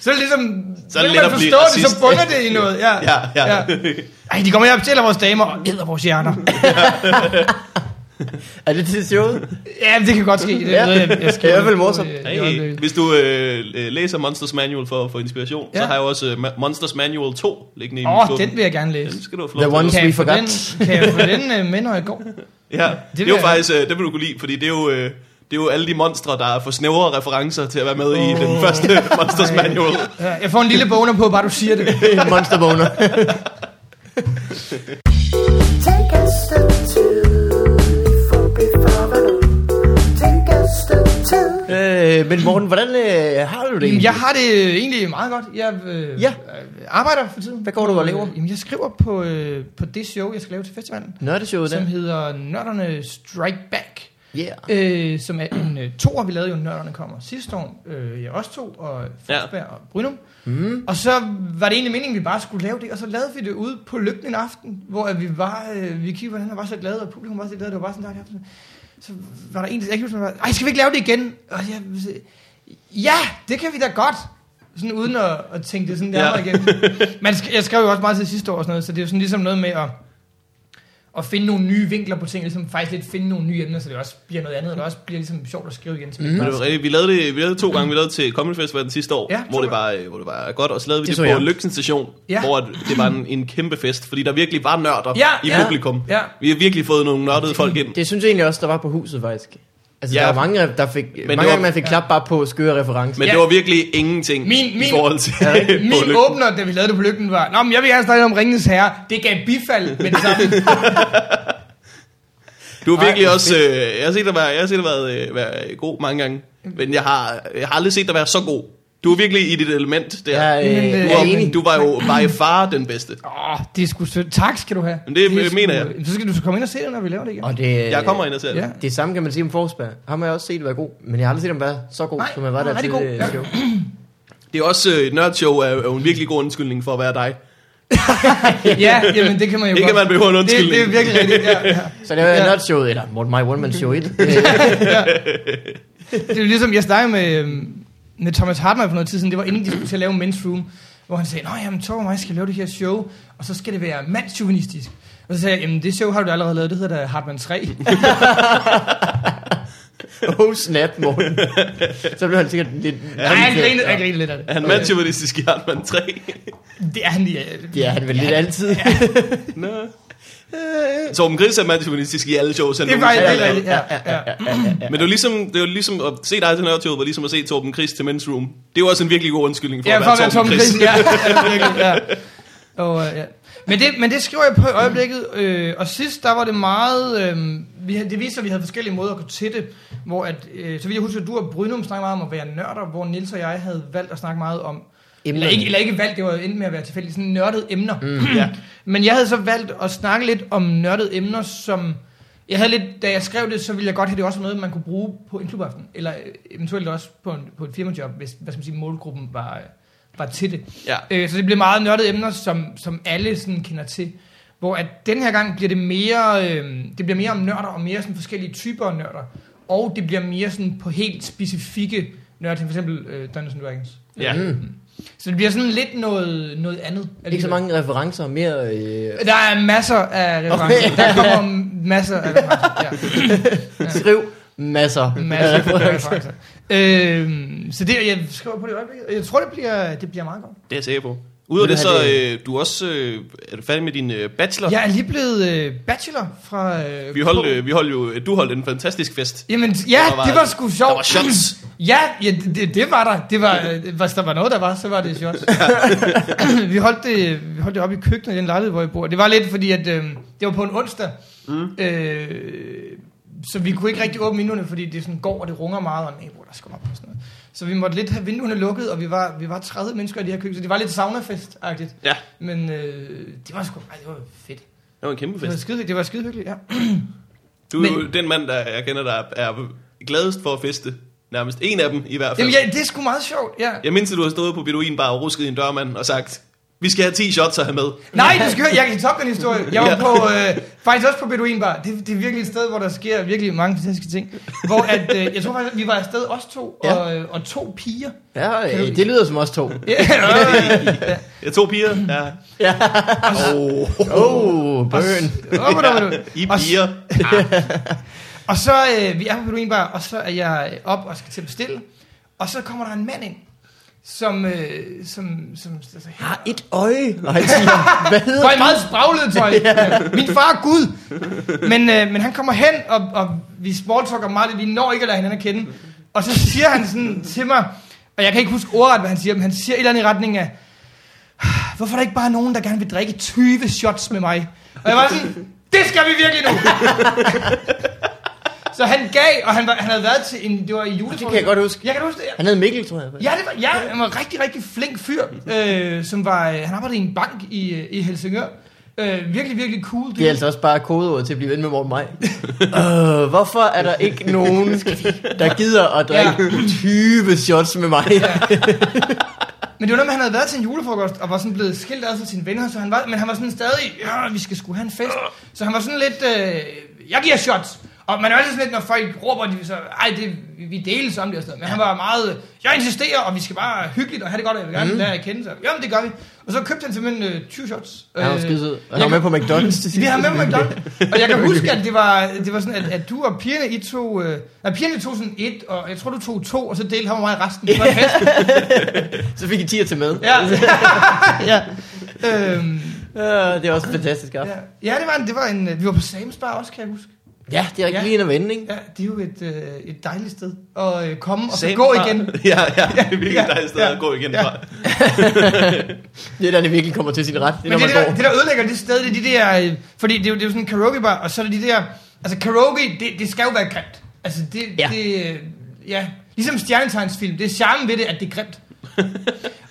så er det ligesom, Så så er det vil let man at blive forstå det, så racist. bunder det i noget. Ja, Ja, ja. Ej, de kommer her og bestiller vores damer og æder vores hjerner. Er det til showet? Ja, det kan godt ske. Det, Ja. ved jeg, jeg skriver Det er i hvert fald på, morsomt. øh, i Hey, øjeblikket. hvis du øh, øh, læser Monsters Manual for at få inspiration, ja. så Ja. har jeg også øh, Ma- Monsters Manual 2 liggende i min Åh, oh, skuffe. den vil jeg gerne læse. Den skal du have The lov til one- at låse. Kan vi jeg, få forgot. den, kan jeg få den øh, med, når jeg går? Ja, det, det vil er jo jeg- faktisk, øh, det vil du kunne lide, fordi det er jo... Øh, det er jo alle de monstre, der er for snævre referencer til at være med oh. i den første Monsters Manual. Ja, Jeg får en lille boner på, bare du siger det. Monster boner. Take a step two for before the Take a step two. øh, men Morten, hvordan øh, har du det egentlig? Jeg har det øh, egentlig meget godt. Jeg øh, Ja. øh, arbejder for tiden. Hvad går du og laver? Jamen, jeg skriver på, øh, på det show, jeg skal lave til festivalen, Nørdeshowet der. som hedder Nørderne Strike Back. Yeah. øh, som er en øh, toer, vi lavede jo Nørderne Kommer sidste år. Øh, jeg også to, og Forsberg ja. og Brynum. Mm. Og så var det egentlig meningen, at vi bare skulle lave det, og så lavede vi det ude på lygten en aften, hvor at vi var, øh, vi kiggede på hinanden og var så glade, og publikum var så glade, det var bare sådan en dejlig aften. Så var der en, der jeg kan huske, der var, ej, skal vi ikke lave det igen? Og jeg, så, ja, det kan vi da godt. Sådan uden at, at tænke det sådan Ja. nærmere ja. igen. Man, sk- jeg skrev jo også meget til sidste år og sådan noget, så det er jo sådan ligesom noget med at at finde nogle nye vinkler på ting, ligesom faktisk lidt finde nogle nye emner, så det også bliver noget andet, og det også bliver ligesom sjovt at skrive igen. Mm. Men det var rigtigt. Vi lavede det, vi lavede det to gange. Vi lavede det til Comedy Festivalen sidste år, Ja, ja, to hvor, det gange. var, øh, hvor det var godt. Og så lavede vi Det det, så det på jeg. Lygten Station, Ja. ja. hvor at det var en, en kæmpe fest. Fordi der virkelig var nørder Ja, i ja, publikum. ja. Vi har virkelig fået nogle nørdede folk ind. Det synes jeg egentlig også, der var på huset faktisk. Altså, Ja. der var mange, der fik, mange det var- gange, man fik klap bare på skøre referencer. Men Ja. det var virkelig ingenting Min- i min- forhold til på Min Lygten. åbner, da vi lavede det på lygten, var, Nå, men jeg vil gerne snakke om Ringens Herre. Det gav bifald med det samme. Du har Ej, virkelig hvor også... Øh, jeg har set dig være, jeg har set dig være, øh, være god mange gange. Mm. Men jeg har, jeg har aldrig set dig være så god. Du er virkelig i dit element der. Jeg øh, Men, øh, er du, var, enig. du var jo by far den bedste. Åh, det er sgu sødt. Tak skal du have. Men det, øh, sgu- mener jeg. Jamen, Så skal du så komme ind og se det, når vi laver det igen. Og det, øh, Jeg kommer ind og ser det. Ja. Det samme kan man sige om Forsberg. Ham har jeg også set være god, men jeg har aldrig set ham være så god, Nej, som han var han er der til rigtig god. øh, Ja. show. Det er også... Øh, Nørdshow er, er jo en virkelig god undskyldning for at være dig. ja, jamen det kan man jo Ikke godt. at man behøver en undskyldning. Det, det er virkelig rigtigt. Ja, ja. Så det var Ja. ja. Nerd Show, eller Morten My One Man Show 1. Øh, Det er jo ligesom, jeg snakkede med, øhm, med Thomas Hartmann for noget tid siden, det var inden de skulle til at lave Men's Room, hvor han sagde, Nå jamen, Torben og jeg skal lave det her show, og så skal det være mandsjuvenistisk. Og så sagde jeg, jamen det show har du allerede lavet, det hedder da Hartmann 3. oh snap, Morten. Så blev han sikkert lidt... Ja, han grinede, han grinede lidt af Er det. han okay. mandsjuvenistisk i Hartmann 3? Det er han lige. øh, Ja, han vil lidt altid. Nå. Torben Gris er mandsjuvenistisk i alle shows. han Det er nogensinde faktisk har helt lavet. rigtigt, ja. ja. Men det er jo ligesom, det er jo ligesom at se dig til Nørretøvet, var ligesom at se Torben Chris til Men's Room. Det er jo også en virkelig god undskyldning for, Ja, at, for at være Torben, Tom Chris. Chris. Ja, ja, virkelig, ja. Og, øh, ja. Men, det, men det skriver jeg på i øjeblikket, øh, og sidst der var det meget, øh, vi, havde- det viste sig, at vi havde forskellige måder at gå til det, hvor at, øh, så vidt jeg husker, du og Brynum snakkede meget om at være nørder, hvor Nils og jeg havde valgt at snakke meget om Eller emnerne. ikke, eller ikke valgt, det var jo endt med at være tilfældigt, sådan nørdede emner. Mm. Ja. Men jeg havde så valgt at snakke lidt om nørdede emner, som... Jeg havde lidt, da jeg skrev det, så ville jeg godt have det også var noget, man kunne bruge på en klubaften. Eller øh, eventuelt også på en, på et firmajob, hvis hvad skal man sige, målgruppen var, øh, var til det. Ja. Øh, så det blev meget nørdede emner, som, som alle sådan kender til. Hvor at den her gang bliver det mere, øh, det bliver mere om nørder og mere sådan forskellige typer af nørder. Og det bliver mere sådan på helt specifikke nørder, for eksempel øh, Dungeons and Dragons. Ja. Så det bliver sådan lidt noget, noget andet. Ikke så mange referencer, mere... Øh, Der er masser af referencer. Okay. Der kommer masser af referencer. skriv masser. Ja, masser af referencer. referencer. Øhm, så det, jeg skriver på det i øjeblikket. Jeg tror, det bliver, det bliver meget godt. Det er jeg sikker på. Udover Vil det, du så have øh, du er også, øh, er du færdig med din øh, bachelor? Jeg er lige blevet øh, bachelor fra... Øh, Vi holdt, øh, vi holdt jo, øh, du holdt en fantastisk fest. Jamen, ja, Der var- det var sgu sjovt. der var shots. Ja, ja det- det, det, var der. Det var, øh, hvis der var noget, der var, så var det shots. vi, holdt det, vi holdt det op i køkkenet i den lejlighed, hvor jeg bor. Det var lidt fordi, at øh, det var på en onsdag. Mm. Øh, så vi kunne ikke rigtig åbne vinduerne, fordi det sådan går, og det runger meget, og naboer, der skal op og sådan noget. Så vi måtte lidt have vinduerne lukket, og vi var, vi var 30 mennesker i det her køkken, så det var lidt saunafest-agtigt. Ja, Men øh, det var sgu, ej, det var fedt. det var en kæmpe Det var fest. skide, det var skide hyggeligt, ja. Du er jo Men- den mand, der jeg kender, der er gladest for at feste. Nærmest en af dem i hvert fald. Jamen, ja, det er sgu meget sjovt, ja. Jeg mindst, at du har stået på Beduin bare og rusket i en dørmand og sagt, vi skal have 10 shots at have med. Nej, du skal høre, jeg kan toppe den historie. Jeg var Ja. på, øh, faktisk også på Beduin Bar. Det, det er virkelig et sted, hvor der sker virkelig mange fantastiske ting. Hvor at, øh, jeg tror faktisk, vi var afsted os to, Ja. og, øh, og to piger. Ja, øh, det lyder som os to. Ja, øh, Jeg to piger. Ja. Oh, Oh, burn. oh, oh, I og, piger. og så, øh, vi er på Beduin Bar, og så er jeg øh, op og skal til at bestille. Og så kommer der en mand ind, som, øh, som, som, altså, Har et øje. Nej, Simon. Hvad hedder Går i meget spraglet tøj. Min far er Gud. Men, øh, men han kommer hen, og, og vi smalltalker meget lidt. Vi når ikke at lade hinanden at kende. Og så siger han sådan til mig, og jeg kan ikke huske ordret, hvad han siger, men han siger et eller andet i retning af, hvorfor er der ikke bare nogen, der gerne vil drikke 20 shots med mig? Og jeg var sådan, det skal vi virkelig nu! så han gav, og han, var, han havde været til en, det var i julefrokost. Det kan jeg godt huske. Jeg kan huske det, ja. Han hed Mikkel, tror jeg. Ja, det var, ja, han var en rigtig, rigtig flink fyr, øh, som var, øh, han arbejdede i en bank i, øh, i Helsingør. Øh, virkelig, virkelig cool. Det er altså også bare kodeordet til at blive ven med Morten Maj. øh, hvorfor er der ikke nogen, der gider at drikke 20 shots med mig? Men det var noget med, at han havde været til en julefrokost, og var sådan blevet skilt ad fra sine venner, så han var, men han var sådan stadig, ja, vi skal sgu have en fest. Så han var sådan lidt, øh, jeg giver shots. Og man er altid sådan lidt, når folk råber, de så, ej, det, vi deles om det og sådan noget. Men han var meget, øh, jeg insisterer, og vi skal bare hyggeligt og have det godt, og jeg vil Mhm. gerne mm. lære at kende sig. Jamen, det gør vi. Og så købte han simpelthen øh, 20 shots. Han var Øh, skide sød. Han jeg- var med på McDonald's til Vi sidst. har med på McDonald's. Og jeg kan huske, at det var, det var sådan, at, at du og pigerne, I tog... Øh, nej, pigerne tog sådan et, og jeg tror, du tog to, og så delte han med mig resten. Det var en fest. Så fik I 10 til med. Ja. ja. Øhm, Øh, det var også en fantastisk aften. ja. ja, det var en, det var en, øh, vi var på Sam's Bar også, kan jeg huske. Ja, det er rigtig Ja. lige en at vende, ikke? Ja, det er jo et, øh, et dejligt sted at øh, komme og så Same gå bar. igen. Ja, ja. Det er virkelig Ja, dejligt sted ja, at gå igen ja. fra. Det er der, det virkelig kommer til sin ret. Det er, Men når det, man der, går. det der ødelægger det sted, det er de der... Øh, fordi det er, jo, det er jo sådan en karaokebar, og så er det de der... Altså karaoke, det, det skal jo være grimt. Altså det... Ja. det øh, ja. Ligesom stjernetegnsfilm, det er charmen ved det, at det er grimt.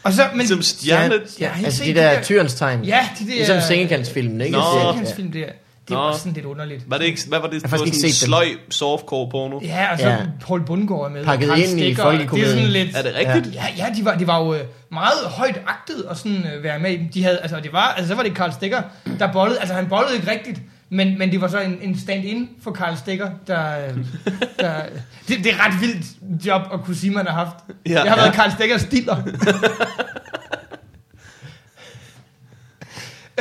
og så, men, Som Ligesom stjerne. jeg har ikke Altså set de der der- tyrens tegn. Ja, de der... Ligesom sengekantsfilmen, ikke? Nå. Sengekantsfilm, det er. Det er Nå. også sådan lidt underligt. Var det ikke, hvad var det? Det har var faktisk ikke sådan en set den. sløj softcore porno. Ja, og så Ja. ja. Paul Bundgaard er med. og Pakket Karen ind i Stegger, og Det er folkekomedien. sådan lidt... Er det rigtigt? Ja, ja, de var, de var jo øh, meget højt agtet at sådan øh, være med i dem. De havde, altså, det var, altså, så var det Karl Stikker, der bollede. Altså, han bollede ikke rigtigt, men, men det var så en, en stand-in for Karl Stikker, der... øh, der det, det, er ret vildt job at kunne sige, man har haft. Ja. Ja, jeg har Ja. været Karl Stikkers diller.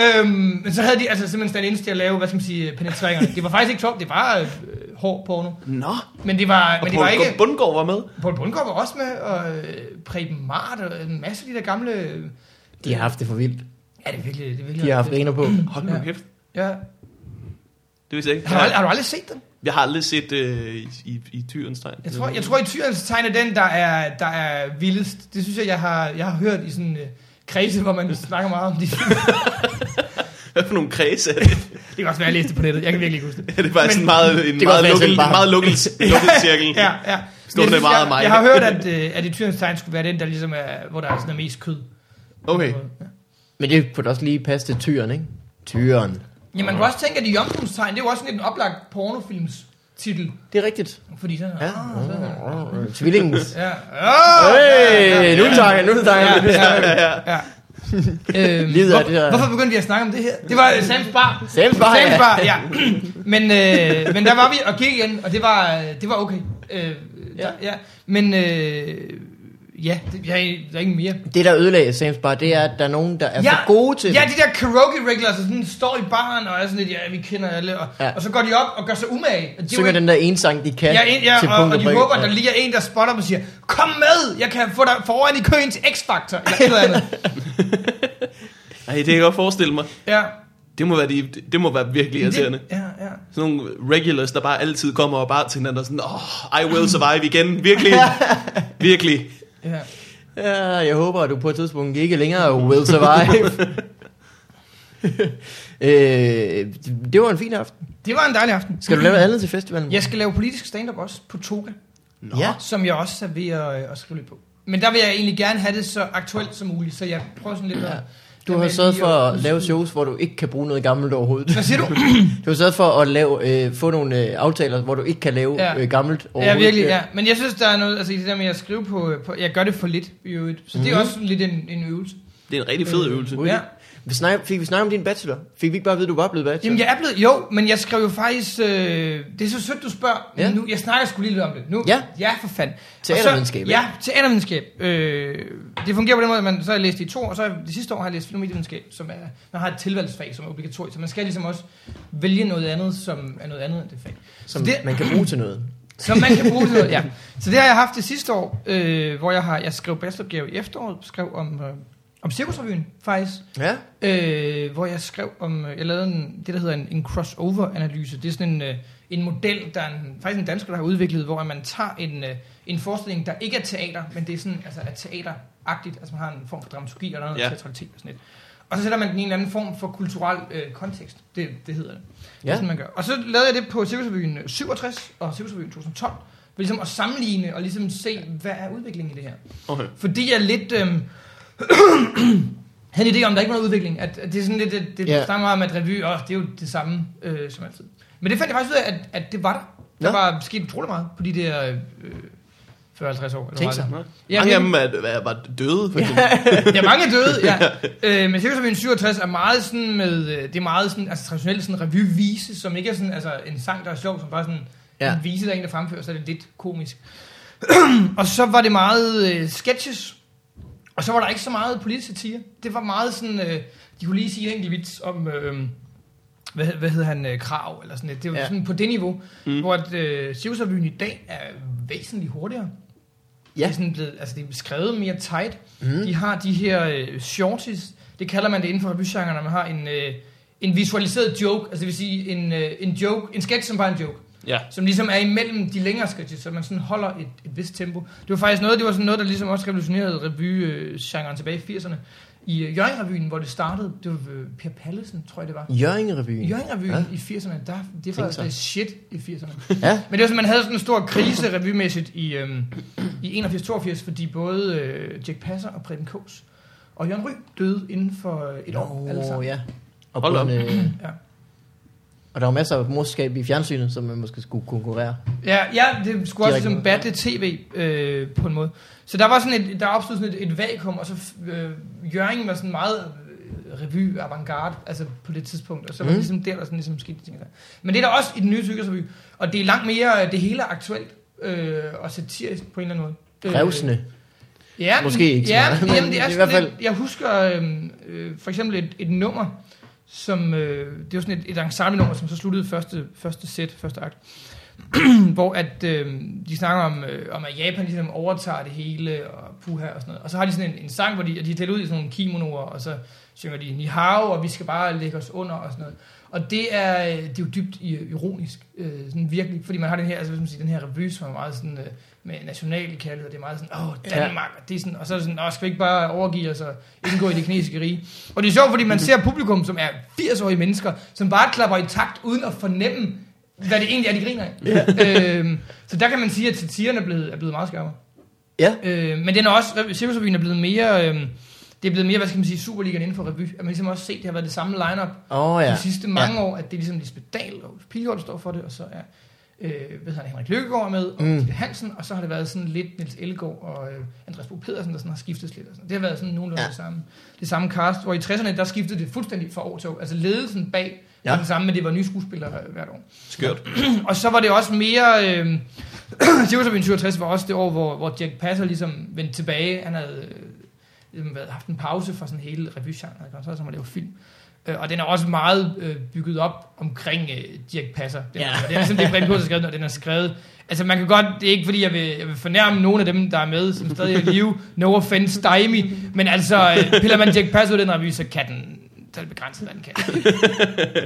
Øhm, men så havde de altså simpelthen stand-ins til at lave, hvad skal man sige, penetreringerne. Det var faktisk ikke sjovt, det var øh, hård porno. Nå. Men det var, men det var Poul ikke... Bundgaard var med. Poul Bundgaard var også med, og øh, Preben Mart, og en masse af de der gamle... øh, De har haft det for vildt. Ja, det er virkelig... Det er virkelig De har haft griner på. Hold nu Ja. kæft. Ja. Det vidste jeg ikke. Har, du, ald- har du aldrig set den? Jeg har aldrig set øh, i, i, i tyrens tegn. Jeg tror, jeg tror i Tyrens tegn er den, der er, der er vildest. Det synes jeg, jeg har, jeg har hørt i sådan øh, kredse, hvor man snakker meget om de Hvad for nogle kredse er det? Det kan også være, jeg læste det på nettet. Jeg kan virkelig ikke huske det. Er det faktisk Men- en meget, en kan meget, også være lukket, selv bare. en meget lukket, lukket cirkel? Ja, ja. Stod det Jeg synes, meget af jeg, mig. jeg har hørt, at, øh, at i Tyrens tegn skulle være den, der ligesom er, hvor der er sådan er mest kød. Okay. Men det kunne da også lige passe til tyren, ikke? Tyren. Ja, man kan også tænke, at i jomfruenstegn, det er jo også sådan lidt en oplagt pornofilms titel. Det er rigtigt. Fordi sådan, Ja. ja. ah, sådan her. Tvillingens. Ja. Ah, Hey, nu tager jeg, nu tager jeg. ja, ja. Øhm, Livet er hvorfor, det der- hvorfor begyndte vi at snakke om det her? Det var øh, Sam's Bar. Sam's Bar, Sam's ja. Bar, ja. men, øh, men der var vi og gik igen, og det var, øh, det var okay. Øh, ja. Der, ja. Men øh, ja, det, jeg, der er ikke mere. Det, der ødelagde Sam's Bar, det er, at der er nogen, der er ja, for gode til Ja, det. de der karaoke regulars, der sådan står i baren og er sådan lidt, ja, vi kender alle. Og, Ja. ja. og så går de op og gør sig umage. Og de er jo Synger ikke- den der ene sang, de kan Ja, en, ja til og, punkt og de prikke. håber, at der Ja. lige er en, der spotter dem og siger, kom med, jeg kan få dig foran i køen til X-Factor, eller et eller andet. Ej, det kan jeg godt forestille mig. Ja, Det må være, de, det må være virkelig irriterende. det, ja, ja. Sådan nogle regulars, der bare altid kommer og bare til hinanden og sådan, oh, I will survive igen. Virkelig. Virkelig. ja. Ja, jeg håber, at du på et tidspunkt ikke længere will survive. øh, det var en fin aften. Det var en dejlig aften. Skal du lave noget andet til festivalen? Jeg skal lave politisk stand-up også på Toga, Nå. Ja. som jeg også er ved at, øh, at skrive lidt på. Men der vil jeg egentlig gerne have det så aktuelt som muligt, så jeg prøver sådan lidt at... Du har sørget for at lave shows, hvor du ikke kan bruge noget gammelt overhovedet. Hvad siger du? Du har sørget for at lave, øh, få nogle øh, aftaler, hvor du ikke kan lave Ja. øh, gammelt overhovedet. Ja, virkelig, ja. Men jeg synes, der er noget, altså i det der med at skrive på, på jeg gør det for lidt i øvrigt. Så Mhm. det er også lidt en, en øvelse. Det er en rigtig fed øvelse. Ui. Ja. Øh, Vi snak, fik vi snakket om din bachelor? Fik vi ikke bare at vide, at du var blevet bachelor? Jamen jeg er blevet, jo, men jeg skrev jo faktisk, øh, det er så sødt du spørger, Ja. ja. nu, jeg snakker sgu lige lidt om det nu. Ja. Ja, for fanden. Og så- Teatervidenskab, ja. Ja, teatervidenskab. Øh, det fungerer på den måde, at man så har jeg læst i to, og så har jeg- det sidste år har jeg læst film og medievidenskab, som er, man har et tilvalgsfag, som er obligatorisk, så man skal ligesom også vælge noget andet, som er noget andet end det fag. som så det, det... man kan bruge til noget. som man kan bruge til noget, ja. Så det har jeg haft det sidste år, øh, hvor jeg har jeg skrev bacheloropgave i efteråret, skrev om, øh, om cirkusrevyen faktisk, Ja. øh, hvor jeg skrev om, øh, jeg lavede en, det der hedder en, en crossover-analyse. Det er sådan en, øh, en model, der er en, faktisk en dansker, der har udviklet, hvor man tager en, øh, en forestilling, der ikke er teater, men det er sådan, altså er teateragtigt, altså man har en form for dramaturgi og der er noget Ja. ja. teatralitet og sådan lidt. Og så sætter man den i en eller anden form for kulturel øh, kontekst, det, det hedder det. Det Ja. er sådan, man gør. Og så lavede jeg det på Cirkusrevyen øh, 67 og Cirkusrevyen 2012, for ligesom at sammenligne og ligesom se, hvad er udviklingen i det her. Okay. Fordi jeg lidt øhm, havde en idé om, at der ikke var noget udvikling. At, at det er sådan lidt, det, det Ja. yeah. stammer meget om, at revy, og det er jo det samme øh, som altid. Men det fandt jeg faktisk ud af, at, at det var der. Der Nå. var sket utrolig meget på de der øh, 40-50 år. Eller hvor Tænk meget sig. det er. Ja, Ja, Mange af men, dem er, er, var døde, for eksempel. ja, mange er døde, ja. Øh, men Cirkusrevyen 67 er meget sådan med, øh, det er meget sådan, altså traditionelt sådan revyvise, som ikke er sådan, altså en sang, der er sjov, som bare sådan Ja. ja. en vise, der er en, der fremfører, så er det lidt komisk. og så var det meget øh, sketches, og så var der ikke så meget politisk satire. Det var meget sådan, øh, de kunne lige sige en enkelt vits om, øh, hvad, hed- hvad hed han, øh, Krav, eller sådan lidt. Det var Ja. ja. sådan på det niveau, mm. hvor at, øh, Cirkusrevyen i dag er væsentligt hurtigere. Ja. Ja. Det er sådan blevet, altså det er skrevet mere tight. Mm. De har de her øh, shorties, det kalder man det inden for revygenren, når man har en, øh, en visualiseret joke, altså det vil sige en, øh, en joke, en sketch som bare er en joke Ja. som ligesom er imellem de længere sketches, så man sådan holder et, et vist tempo. Det var faktisk noget, det var sådan noget, der ligesom også revolutionerede revygenren tilbage i 80'erne. I øh, Jørgen-revyen, hvor det startede, det var øh, Per Pallesen, tror jeg det var. Jørgen-revyen. I Jørgen-revyen Ja. ja. i 80'erne, der, det var Tænk sig. det shit i 80'erne. Ja. Men det var sådan, man havde sådan en stor krise revymæssigt i, øhm, i 81-82, fordi både øh, Jack Passer og Preben Kås og Jørgen Ry døde inden for øh, et år. alle Nå, sammen. ja. Og, Hold på op. en, øh, Ja. og der var masser af morskab i fjernsynet, som man måske skulle konkurrere. Ja, ja det skulle også Direkte ligesom battle tv øh, på en måde. Så der var sådan et, der opstod sådan et, et vakuum, og så øh, Jørgen var sådan meget øh, revy, avantgarde, altså på det tidspunkt, og så var Mm. det ligesom der, der sådan ligesom skete de ting der. Men det er der også i den nye tykkersrevy, og det er langt mere, øh, det hele er aktuelt øh, og satirisk på en eller anden måde. Revsende. Ja, Måske ikke så Ja, meget, men jamen, det er, i i hvert hvert fald... Lidt, jeg husker øhm, øh, for eksempel et, et nummer, som, øh, det var sådan et, et ensemble-nummer, som så sluttede første, første sæt, første akt, hvor at, øh, de snakker om, øh, om, at Japan ligesom overtager det hele, og puha og sådan noget. Og så har de sådan en, en sang, hvor de, og de er delt ud i sådan nogle kimonoer, og så synger de ni hao, og vi skal bare lægge os under og sådan noget. Og det er, øh, det er jo dybt i- ironisk, øh, sådan virkelig, fordi man har den her, altså, hvad skal man sige, den her revy, som er meget sådan, øh, med national kærlighed, og det er meget sådan, åh, Danmark, og, det er sådan, og så er det sådan, åh, skal vi ikke bare overgive os og indgå i det kinesiske rige? Og det er sjovt, fordi man ser publikum, som er 80-årige mennesker, som bare klapper i takt, uden at fornemme, hvad det egentlig er, de griner af. Yeah. øhm, så der kan man sige, at satiren Øhm, er blevet, er blevet meget skarpere. Ja. Øh, men den er også, cirkusrevyen er blevet mere, øh, det er blevet mere, hvad skal man sige, Superligaen inden for revy. At man ligesom også set, det har været det samme lineup Åh oh, ja. ja. de sidste mange ja. år, at det er ligesom Lisbeth Dahl og Ulf Pilgaard, der står for det, og så er øh, hvad hedder han, Henrik Løkkegaard er med, og Mm. mm. Hansen, og så har det været sådan lidt Niels Elgaard og øh, Andreas Bo Pedersen, der sådan har skiftet lidt. Og sådan. Det har været sådan nogenlunde Ja. ja. det, samme, det samme cast, hvor i 60'erne, der skiftede det fuldstændig fra år til år. Altså ledelsen bag Ja. ja. den samme, men det var nye skuespillere øh, hvert år. Skørt. Og så var det også mere... Øh, Cirkusrevyen 67 var også det år, hvor, hvor Jack Passer ligesom vendte tilbage. Han havde øh, ligesom været, haft en pause fra sådan hele revygenren, og så som at lave film. Øh, og den er også meget øh, bygget op omkring øh, Dirk Passer. Den, Ja. ja. Det er ligesom det, Preben Kurs har skrevet, når den er skrevet. Altså man kan godt, det er ikke fordi, jeg vil, jeg vil fornærme nogen af dem, der er med, som stadig er i live. No offense, Stymie. Men altså, øh, piller man Dirk Passer ud af den revy, så kan den, så er det begrænset, hvad den kan.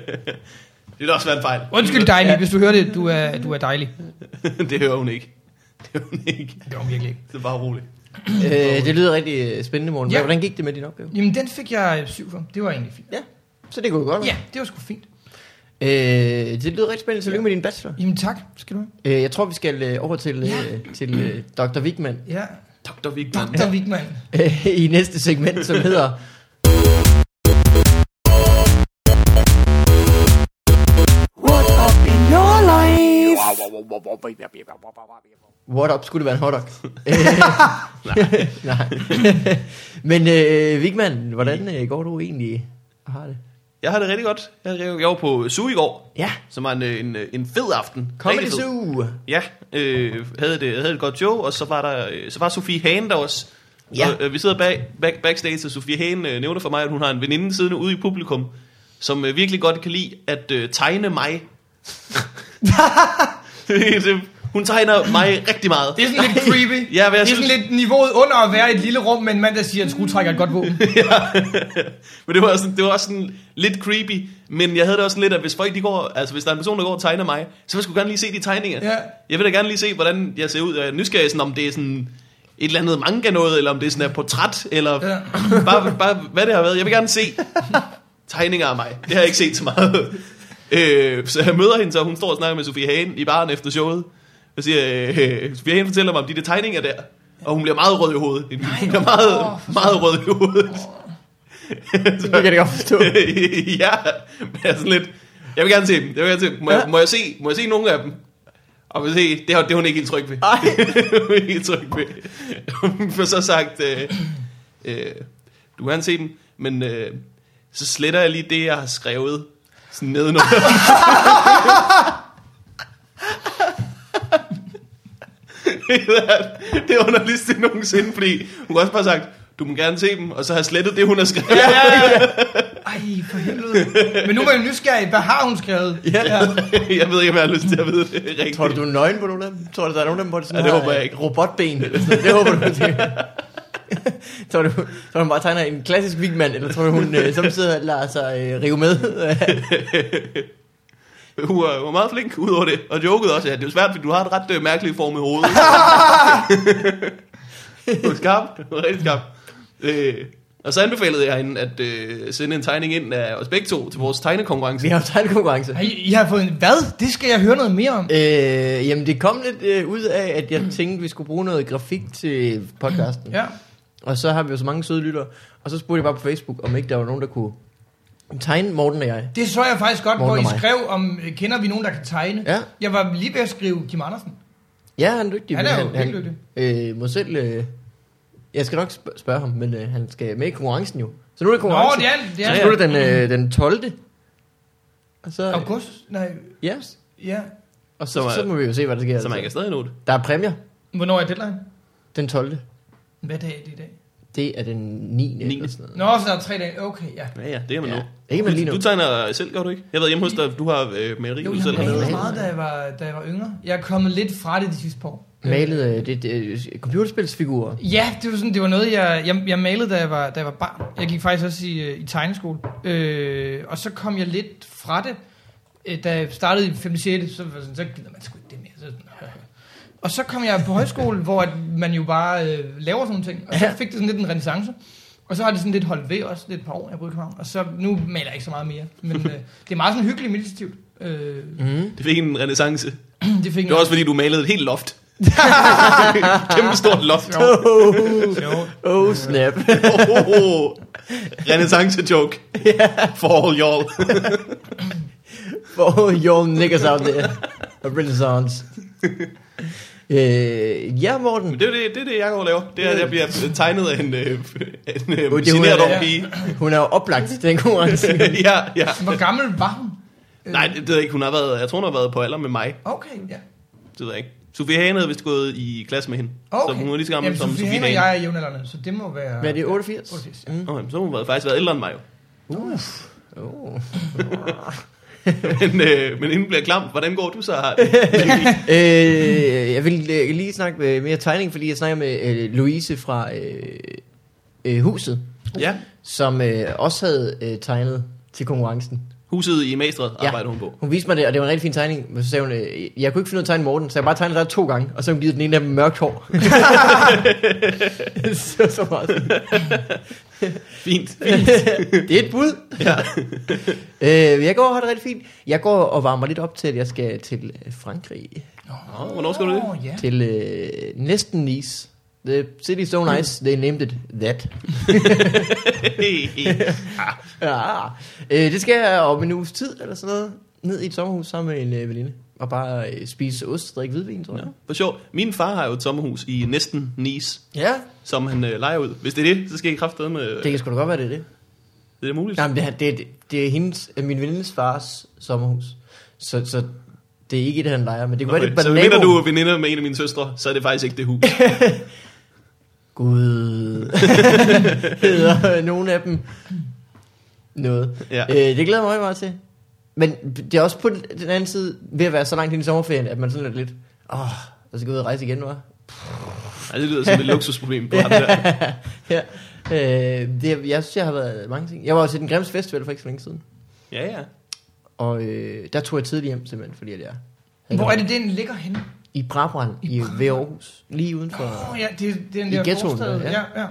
Det ville også være en fejl. Undskyld Stymie, hvis du hører det, du er, du er dejlig. det hører hun ikke. Det hører hun ikke. Det var virkelig ikke. Det er bare roligt. Øh, det lyder rigtig øh, spændende, morgen. Ja. Ja. Hvordan gik det med din opgave? Jamen, den fik jeg 7 for. Det var egentlig fint. Så det kunne godt være. Ja, det var sgu fint. Øh, det lyder rigtig spændende. Tillykke med din bachelor. Jamen, tak. Skal du have? Øh, jeg tror, vi skal øh, over til, Ja. øh, til øh, Dr. Wigman Ja. Dr. Vigman. Dr. Wigman. øh, i næste segment, som hedder... What up in your life? What up, skulle det være en hotdog? Øh, Nej. Men øh, Wigman, Mm. hvordan øh, går du egentlig og har det? Jeg har det rigtig godt. Jeg, har det rigtig godt. jeg var på Zoo i går, Ja, som var en, øh, en, øh, en fed aften. Comedy Rigtig fed. Zoo! Ja, øh, havde, det, havde et godt show, og så var der øh, så var Sofie Hagen der også. Ja. Ja. Og, øh, vi sidder bag, back, backstage, og Sofie Hagen øh, nævner for mig, at hun har en veninde siddende ude i publikum, som øh, virkelig godt kan lide at øh, tegne mig. Det- hun tegner mig rigtig meget. Det er sådan lidt creepy. Ja, men jeg det er synes- sådan lidt niveauet under at være i et lille rum med en mand, der siger, at en skruetrækker er et godt våben. Men det var, sådan, det var også sådan lidt creepy, men jeg havde det også sådan lidt, at hvis folk de går, altså hvis der er en person, der går og tegner mig, så vil jeg sgu gerne lige se de tegninger. Ja. Jeg vil da gerne lige se, hvordan jeg ser ud. Jeg er nysgerrig sådan, om det er sådan et eller andet manga noget, eller om det er sådan et portræt, eller Ja. bare, bare, hvad det har været. Jeg vil gerne se tegninger af mig. Det har jeg ikke set så meget. Øh, så jeg møder hende, så hun står og snakker med Sofie Hagen i baren efter showet. Og siger, øh, Sofie Hagen fortæller mig om de der tegninger der. Og hun bliver meget rød i hovedet. Hun bliver meget, meget rød i hovedet. Det kan jeg godt forstå. ja, men jeg er sådan lidt... Jeg vil gerne se dem. Jeg vil gerne se dem. Må, ja. Ja. jeg, må, jeg, se, må jeg se nogle af dem? Og vil se, det, har, det er hun ikke helt tryg ved. Ej. Hun er ikke helt tryg ved. Hun får så sagt, øh, øh, du kan gerne se dem, men øh, så sletter jeg lige det, jeg har skrevet sådan nedenunder. det er underligst det nogensinde, fordi hun kunne også bare have sagt, du må gerne se dem, og så har jeg slettet det, hun har skrevet. Ja, ja, ja. Ej, for helvede. Men nu er jeg nysgerrig. Hvad har hun skrevet? Ja. jeg ved ikke, om jeg har lyst til at vide det rigtigt. Tror du, du er nøgen på nogle af dem? Tror du, der er nogle af dem, hvor det sådan Ja, det har, håber jeg øh, ikke. robotben? Eller sådan. noget? Det håber du ikke. tror, du, tror du, hun bare tegner en klassisk vigmand, eller tror du, hun øh, samtidig lader sig øh, rive med? Hun var, hun var meget flink ud over det, og jokede også, at det er jo svært, fordi du har et ret øh, mærkeligt form i hovedet. du var skarp, du var rigtig skarp. Øh, og så anbefalede jeg hende at øh, sende en tegning ind af os begge to til vores tegnekonkurrence. Vi har jo tegnekonkurrence. Ej, I har fået en... Hvad? Det skal jeg høre noget mere om. Øh, jamen, det kom lidt øh, ud af, at jeg tænkte, vi skulle bruge noget grafik til podcasten. Ja. Og så har vi jo så mange søde lyttere. Og så spurgte jeg bare på Facebook, om ikke der var nogen, der kunne tegne Morten og jeg. Det så jeg faktisk godt, hvor Morten I og mig. skrev om, øh, kender vi nogen, der kan tegne? Ja. Jeg var lige ved at skrive Kim Andersen. Ja, han er dygtig. Han er men jo helt dygtig. Øh, må selv... Øh, jeg skal nok sp- spørge ham, men øh, han skal med i konkurrencen jo. Så nu er det Nå, konkurrencen. det er... Det Så er slutter den, øh, den 12. Og så, okay. August? Nej, yes. ja. Og så, Som er- så, må vi jo se, hvad der sker. Så man kan stadig nå det. Der er præmier Hvornår er deadline? den 12. Hvad dag er det i dag? Det er den 9. 9. Eller Niende. sådan noget. Nå, så der er tre dage. Okay, ja. Ja, ja, det kan man Ja. ja. nå. Det kan man lige nå. Du, du tegner selv, gør du ikke? Jeg ved hjemme hos dig, du har øh, maleri, Jo, du jeg selv har maler. lavet. lavet. malede meget, da jeg, var, da jeg var yngre. Jeg er kommet lidt fra det de sidste par år. Malet øh, det, det, computerspilsfigurer. Ja, det var, sådan, det var noget, jeg, jeg, jeg malede, da jeg, var, da jeg var barn. Jeg gik faktisk også i, øh, i tegneskole. Øh, og så kom jeg lidt fra det. Øh, da jeg startede i 5. 6. så, var jeg sådan, så gider man sgu ikke det mere. Så, sådan, øh. og så kom jeg på højskole, hvor at man jo bare øh, laver sådan nogle ting. Og så Ja. fik det sådan lidt en renaissance. Og så har det sådan lidt holdt ved også, det er et par år, jeg boede i København. Og så, nu maler jeg ikke så meget mere. Men øh, det er meget sådan hyggeligt meditativt. Øh, Mm. Det fik en renaissance. det fik Det var også fordi, du malede et helt loft. Kæmpe stort loft. Jo. Oh snap. Oh, oh, oh. Renaissance joke. For all y'all. For your niggas out there. A renaissance. Øh, ja, Morten. Det er det, det, er det jeg går og laver. Det er, at jeg bliver tegnet af en, øh, en Oh, øh, hun generet er- ung pige. Hun er jo oplagt til den konkurrence. ja, ja. Hvor gammel var hun? Øh, Nej, det, det ved jeg ikke. Hun har været, jeg tror, hun har været på alder med mig. Okay, ja. Det ved jeg ikke. Sofie Hagen havde vist gået i klasse med hende. Okay. Så hun er lige så gammel Jamen, som Sofie Hagen og Hagen. jeg er jævnaldrende, så det må være... Hvad er det, 88? 88, ja. Mm. Nå, jamen, så har hun været, faktisk været ældre end mig jo. Oh. Men, øh, men inden bliver klam, hvordan går du så? Hardy? Øh, jeg vil øh, lige snakke med mere tegning, fordi jeg snakker med øh, Louise fra øh, øh, huset, ja, som øh, også havde øh, tegnet til konkurrencen. huset i Mastret Ja. arbejder hun på. Hun viste mig det, og det var en rigtig fin tegning. Men så sagde hun, øh, jeg kunne ikke finde ud af at tegne Morten, så jeg bare tegnede dig to gange, og så har hun givet den ene af dem mørkt hår. så, så meget. Fint. Det er et bud. Ja. øh, jeg går og har det rigtig fint. Jeg går og varmer lidt op til, at jeg skal til øh, Frankrig. Nå, hvornår skal du det? Åh, ja. Til øh, næsten Nice. The city is so Mm. nice, they named it that. Ja, øh, det skal jeg om en uges tid eller sådan noget. Ned i et sommerhus sammen med en øh, veninde. Og bare øh, spise ost og drikke hvidvin, tror jeg. Nå, for sjov. Min far har jo et sommerhus i næsten Nice, Ja, som han øh, leger ud. Hvis det er det, så skal jeg kraftedeme med... øh, det kan sgu da godt være, det er det. Det er muligt. Nej, men det, er- det, er- det er hendes, øh, min venindes fars sommerhus. Så, så det er ikke det, han leger, men det kunne Nå, være, det men- så var vinder naboen. du er veninder med en af mine søstre, så er det faktisk ikke det hus. Gud. Hedder nogle af dem noget. Ja. Øh, det glæder jeg mig meget til. Men det er også på den anden side ved at være så langt ind i sommerferien, at man sådan er lidt, åh, oh, jeg skal ud og rejse igen, hva'? Ej, det lyder som et luksusproblem på ham der. ja. Øh, det, jeg synes, jeg har været mange ting. Jeg var også til den Grims Festival for ikke så længe siden. Ja, ja. Og øh, der tog jeg tidligt hjem, simpelthen, fordi at jeg... Hvor er det, den ligger henne? I Brabrand, i, i ved Aarhus. Lige uden for... Åh, ja, det, er- det er den I der ghettoen, forstad. ja. Ja, ja.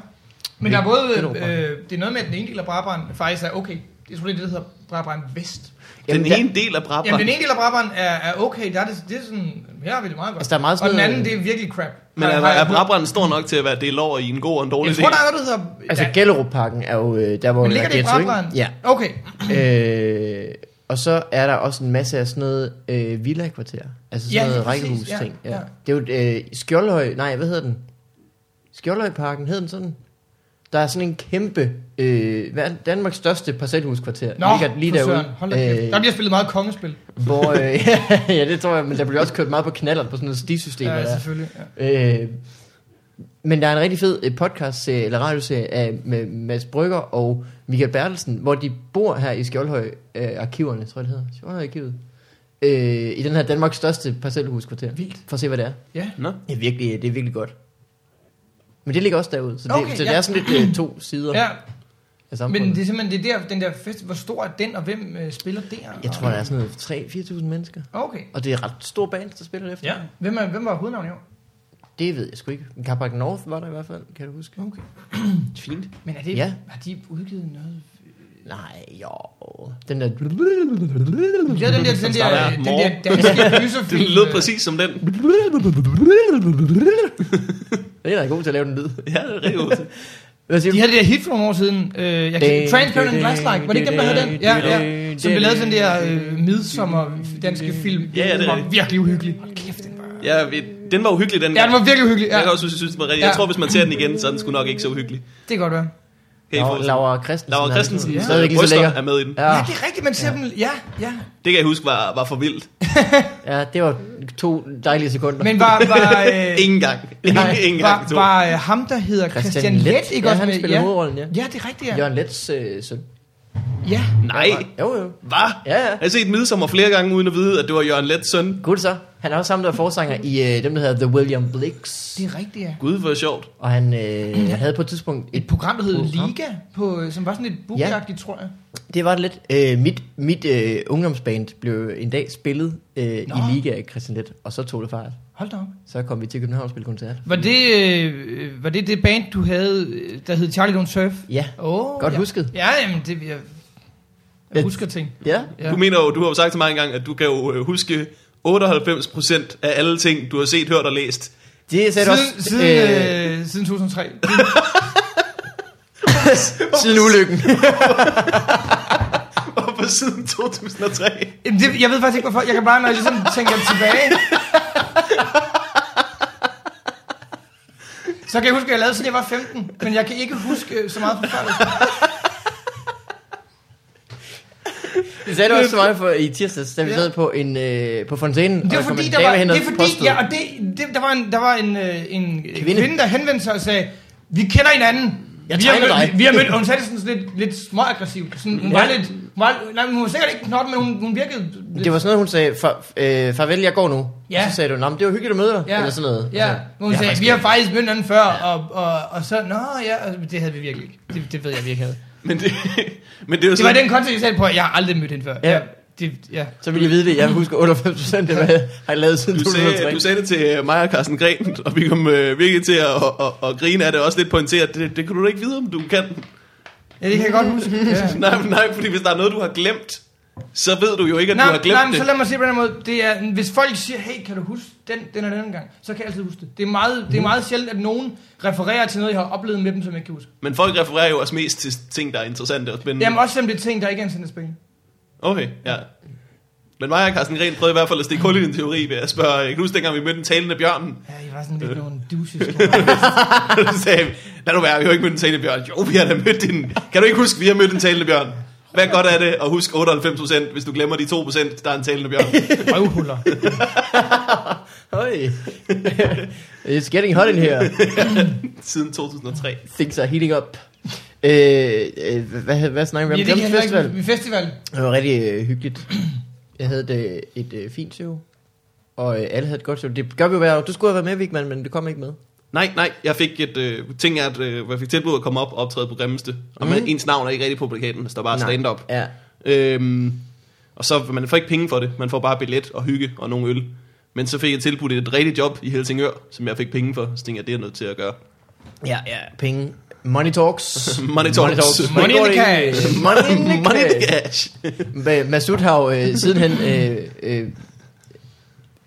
Men der er både, Ghetto Brabrand. øh, det er noget med, at den ene del af Brabrand faktisk er okay. Jeg tror, det er det, der hedder Brabrand Vest. Den der, ene del af Brabant. Jamen, den ene del af Brabrand er, er okay. Der er det, det er sådan, her har vi det meget godt. Altså, der er meget og sådan den noget- anden, det er virkelig crap. Men Har- er, har jeg- er Brabrand stor nok til at være del over i en god og en dårlig Jeg del? tror, der er noget, der hedder... Altså, der, Gellerup-parken er jo øh, der, hvor men der ligger det i ghetto, ikke? Brabrand? Ja. Okay. Øh, og så er der også en masse af sådan noget øh, villa-kvarter. Altså sådan Ja, ja, noget lige præcis. rækkehus-ting. Ja, Ja, ja. ja. Det er jo øh, Skjoldhøj... Nej, hvad hedder den? Skjoldhøjparken hed den sådan? Der er sådan en kæmpe... Øh, hvad er det? Danmarks største parcelhuskvarter. Nå, ligger lige for søren. derude. Øh, Hold da kæft. Der bliver spillet meget kongespil. hvor, øh, ja, ja, det tror jeg, men der bliver også kørt meget på knaller på sådan noget stisystem. Ja, Ja, selvfølgelig. Ja. øh, men der er en rigtig fed øh, podcast eller radioserie af, med Mads Brygger og Michael Bertelsen, hvor de bor her i Skjoldhøj øh, arkiverne, tror jeg det hedder. Skjoldhøj arkivet. Øh, I den her Danmarks største parcelhuskvarter. Vildt. For at se, hvad det er. ja. Nå, Det er virkelig, det er virkelig godt. Men det ligger også derude, så det, Okay, okay, så det ja. ja. er sådan lidt øh, to sider ja. Ja, af men samfundet. det er simpelthen det er der, den der fest, hvor stor er den, og hvem øh, spiller der? Jeg tror, der er sådan noget 3-4.000 mennesker. Okay. Og det er ret stor band, der spiller det efter. Ja. Hvem, er, hvem var hovednavn i år? Det ved jeg sgu ikke. Men Carpark North var der i hvert fald, kan du huske? Okay. fint. Men er det, Ja. ja. har de udgivet noget? Nej, jo. Den der... Ja, den der, den der, starter den morgen. der danske gyserfilm. Det lød præcis som den. Den er da god til at lave den lyd. Ja, det er rigtig godt. Hvad siger øh, De du? havde det der hit for nogle år siden. Øh, jeg kan, Transparent and Glass-like. Var det ikke dem, der havde den? Ja, ja. Som blev lavet sådan der øh, midsommer danske film. Ja, ja, det er Den var rigtigt. virkelig uhyggelig. Hold kæft, den var... Ja, vi- den var uhyggelig den Ja, den var virkelig uhyggelig. Jeg Ja, kan også synes, jeg synes, den var rigtig. Jeg Ja. tror, hvis man ser den igen, så er den sgu nok ikke så uhyggelig. det kan godt være. Kan I Laura- forestille- Laura Christensen. Laura er- Christensen, Ja. ja. Stadig lige så bryster lækker. er med i den. Ja, Ja, det er rigtigt, man ser dem... Ja, ja. Det kan jeg huske var, var for vildt. ja, det var to dejlige sekunder. Men var... var øh, Ingen gang. Nej. Ingen gang. var, var øh, ham, der hedder Christian, Christian Let, ikke ja, også han med? spillede ja. hovedrollen, ja. ja, det er rigtigt, ja. Jørgen Lets øh, søn. ja. Nej. Jo, jo. Hvad? Ja, ja. Jeg har set Midsommer flere gange, uden at vide, at det var Jørgen Lets søn. Gud så. Han er også sammen der er forsanger i øh, dem, der hedder The William Blicks. Det er rigtigt, ja. Gud, hvor sjovt. Og han øh, havde på et tidspunkt Et et... program, der hed Program. Liga, på, øh, som var sådan lidt bugagtigt, ja. tror jeg. Det var det lidt. Øh, mit mit øh, ungdomsband blev en dag spillet øh, i Liga af Christian Let, og så tog det fart. Hold da op. Så kom vi til København og spille koncert. Var det, øh, var det det band, du havde, øh, der hed Charlie Don't Surf? Ja, Oh, Godt ja. husket. Ja, jamen, det, jeg, jeg Jeg- husker ting. ja. Ja. Du mener jo, du har jo sagt til mig engang, at du kan jo øh, huske 98% af alle ting, du har set, hørt og læst. Det sagde du Siden, også siden, øh, øh, siden 2003. øh, siden ulykken. Hvorfor siden 2003? Jamen, det, jeg ved faktisk ikke, hvorfor. Jeg kan bare, når jeg ligesom tænker tilbage... Så kan jeg huske, at jeg lavede, siden jeg var 15. Men jeg kan ikke huske øh, så meget fra før. Det sagde du også til mig for, i tirsdags, da vi Ja. sad på, en, øh, på fontænen. Det og var kom fordi, en der dame var, hen og det er fordi, postede. ja, og det, det, der var en, der var en, øh, en kvinde. Kvinde. kvinde, der henvendte sig og sagde, vi kender hinanden. Jeg vi, har tegner mødt, dig." vi har mødt, og hun sagde det sådan lidt, lidt småaggressivt. Sådan, hun, Ja. var lidt, hun, var, nej, men hun var sikkert ikke knotten, men hun, hun virkede... Lidt, Det var sådan noget, hun sagde, "Far- øh, farvel, jeg går nu. Ja. Og så sagde du, "Nå, men det var hyggeligt at møde dig, Ja. eller sådan noget. Ja, Altså, hvor hun jeg sagde, faktisk vi har faktisk mødt hinanden før, og, og, og så, nå ja, og det havde vi virkelig ikke. Det, det ved jeg, vi ikke havde. Men det, men det Det er jo var i sådan- den kontekst, jeg sagde på, at jeg har aldrig mødt hende før. Ja. Ja. Det, ja. Så ville jeg vide det. Jeg husker 98 procent af, hvad jeg har lavet siden Du sagde, 2003. du sagde det til øh, mig og Carsten Gren, og vi kom øh, virkelig til at og, og, og grine af det, og også lidt pointeret. Det, det kan du da ikke vide, om du kan. ja, det kan jeg godt huske. Ja. Nej, men nej, fordi hvis der er noget, du har glemt, så ved du jo ikke, at du Nej, har glemt nej, men så det. lad mig sige på den her måde. Det er, hvis folk siger, hey, kan du huske den, den og den gang, så kan jeg altid huske det. Det er meget, Mm. det er meget sjældent, at nogen refererer til noget, jeg har oplevet med dem, som jeg ikke kan huske. Men folk refererer jo også mest til ting, der er interessante og spændende. Jamen også selvom det er ting, der ikke er en sendespil. Okay, ja. Men mig og Carsten Gren prøvede i hvert fald at stikke hul i din teori ved at spørge, jeg kan huske dengang vi mødte den talende bjørn, Ja, I var sådan Øh. lidt nogle douches. og så sagde vi, lad nu være, vi har jo ikke mødt den talende bjørn. Jo, vi har da mødt den. Kan du ikke huske, vi har mødt den talende bjørn? Hvad godt er det at huske 98%, hvis du glemmer de 2%, der er en talende bjørn? Røvhuller. Hey. It's getting hot in here. Siden 2003. Things are heating up. Øh, øh, hvad, hvad snakker vi Ja, om? det kan Glem jeg heller ikke. festival. Ved Festival. Det var rigtig øh, hyggeligt. Jeg havde det, et øh, fint show. Og øh, alle havde et godt show. Det gør vi jo hver år. Du skulle have været med, Vigman, men du kom ikke med. Nej, nej, jeg fik et øh, ting, at øh, jeg fik tilbud at komme op og optræde på Grimmeste. Og man, Mm. ens navn er ikke rigtig på plakaten, der står Ah, bare Nej. stand-up. Ja. Øhm, og så, man får ikke penge for det, man får bare billet og hygge og nogle øl. Men så fik jeg tilbudt et rigtigt job i Helsingør, som jeg fik penge for, så tænkte jeg, det er jeg nødt til at gøre. Ja, ja. Penge. Money talks. Money talks. Money in the cash. Money in the Money in the cash. cash. Ma- Masud har jo øh, sidenhen øh, øh,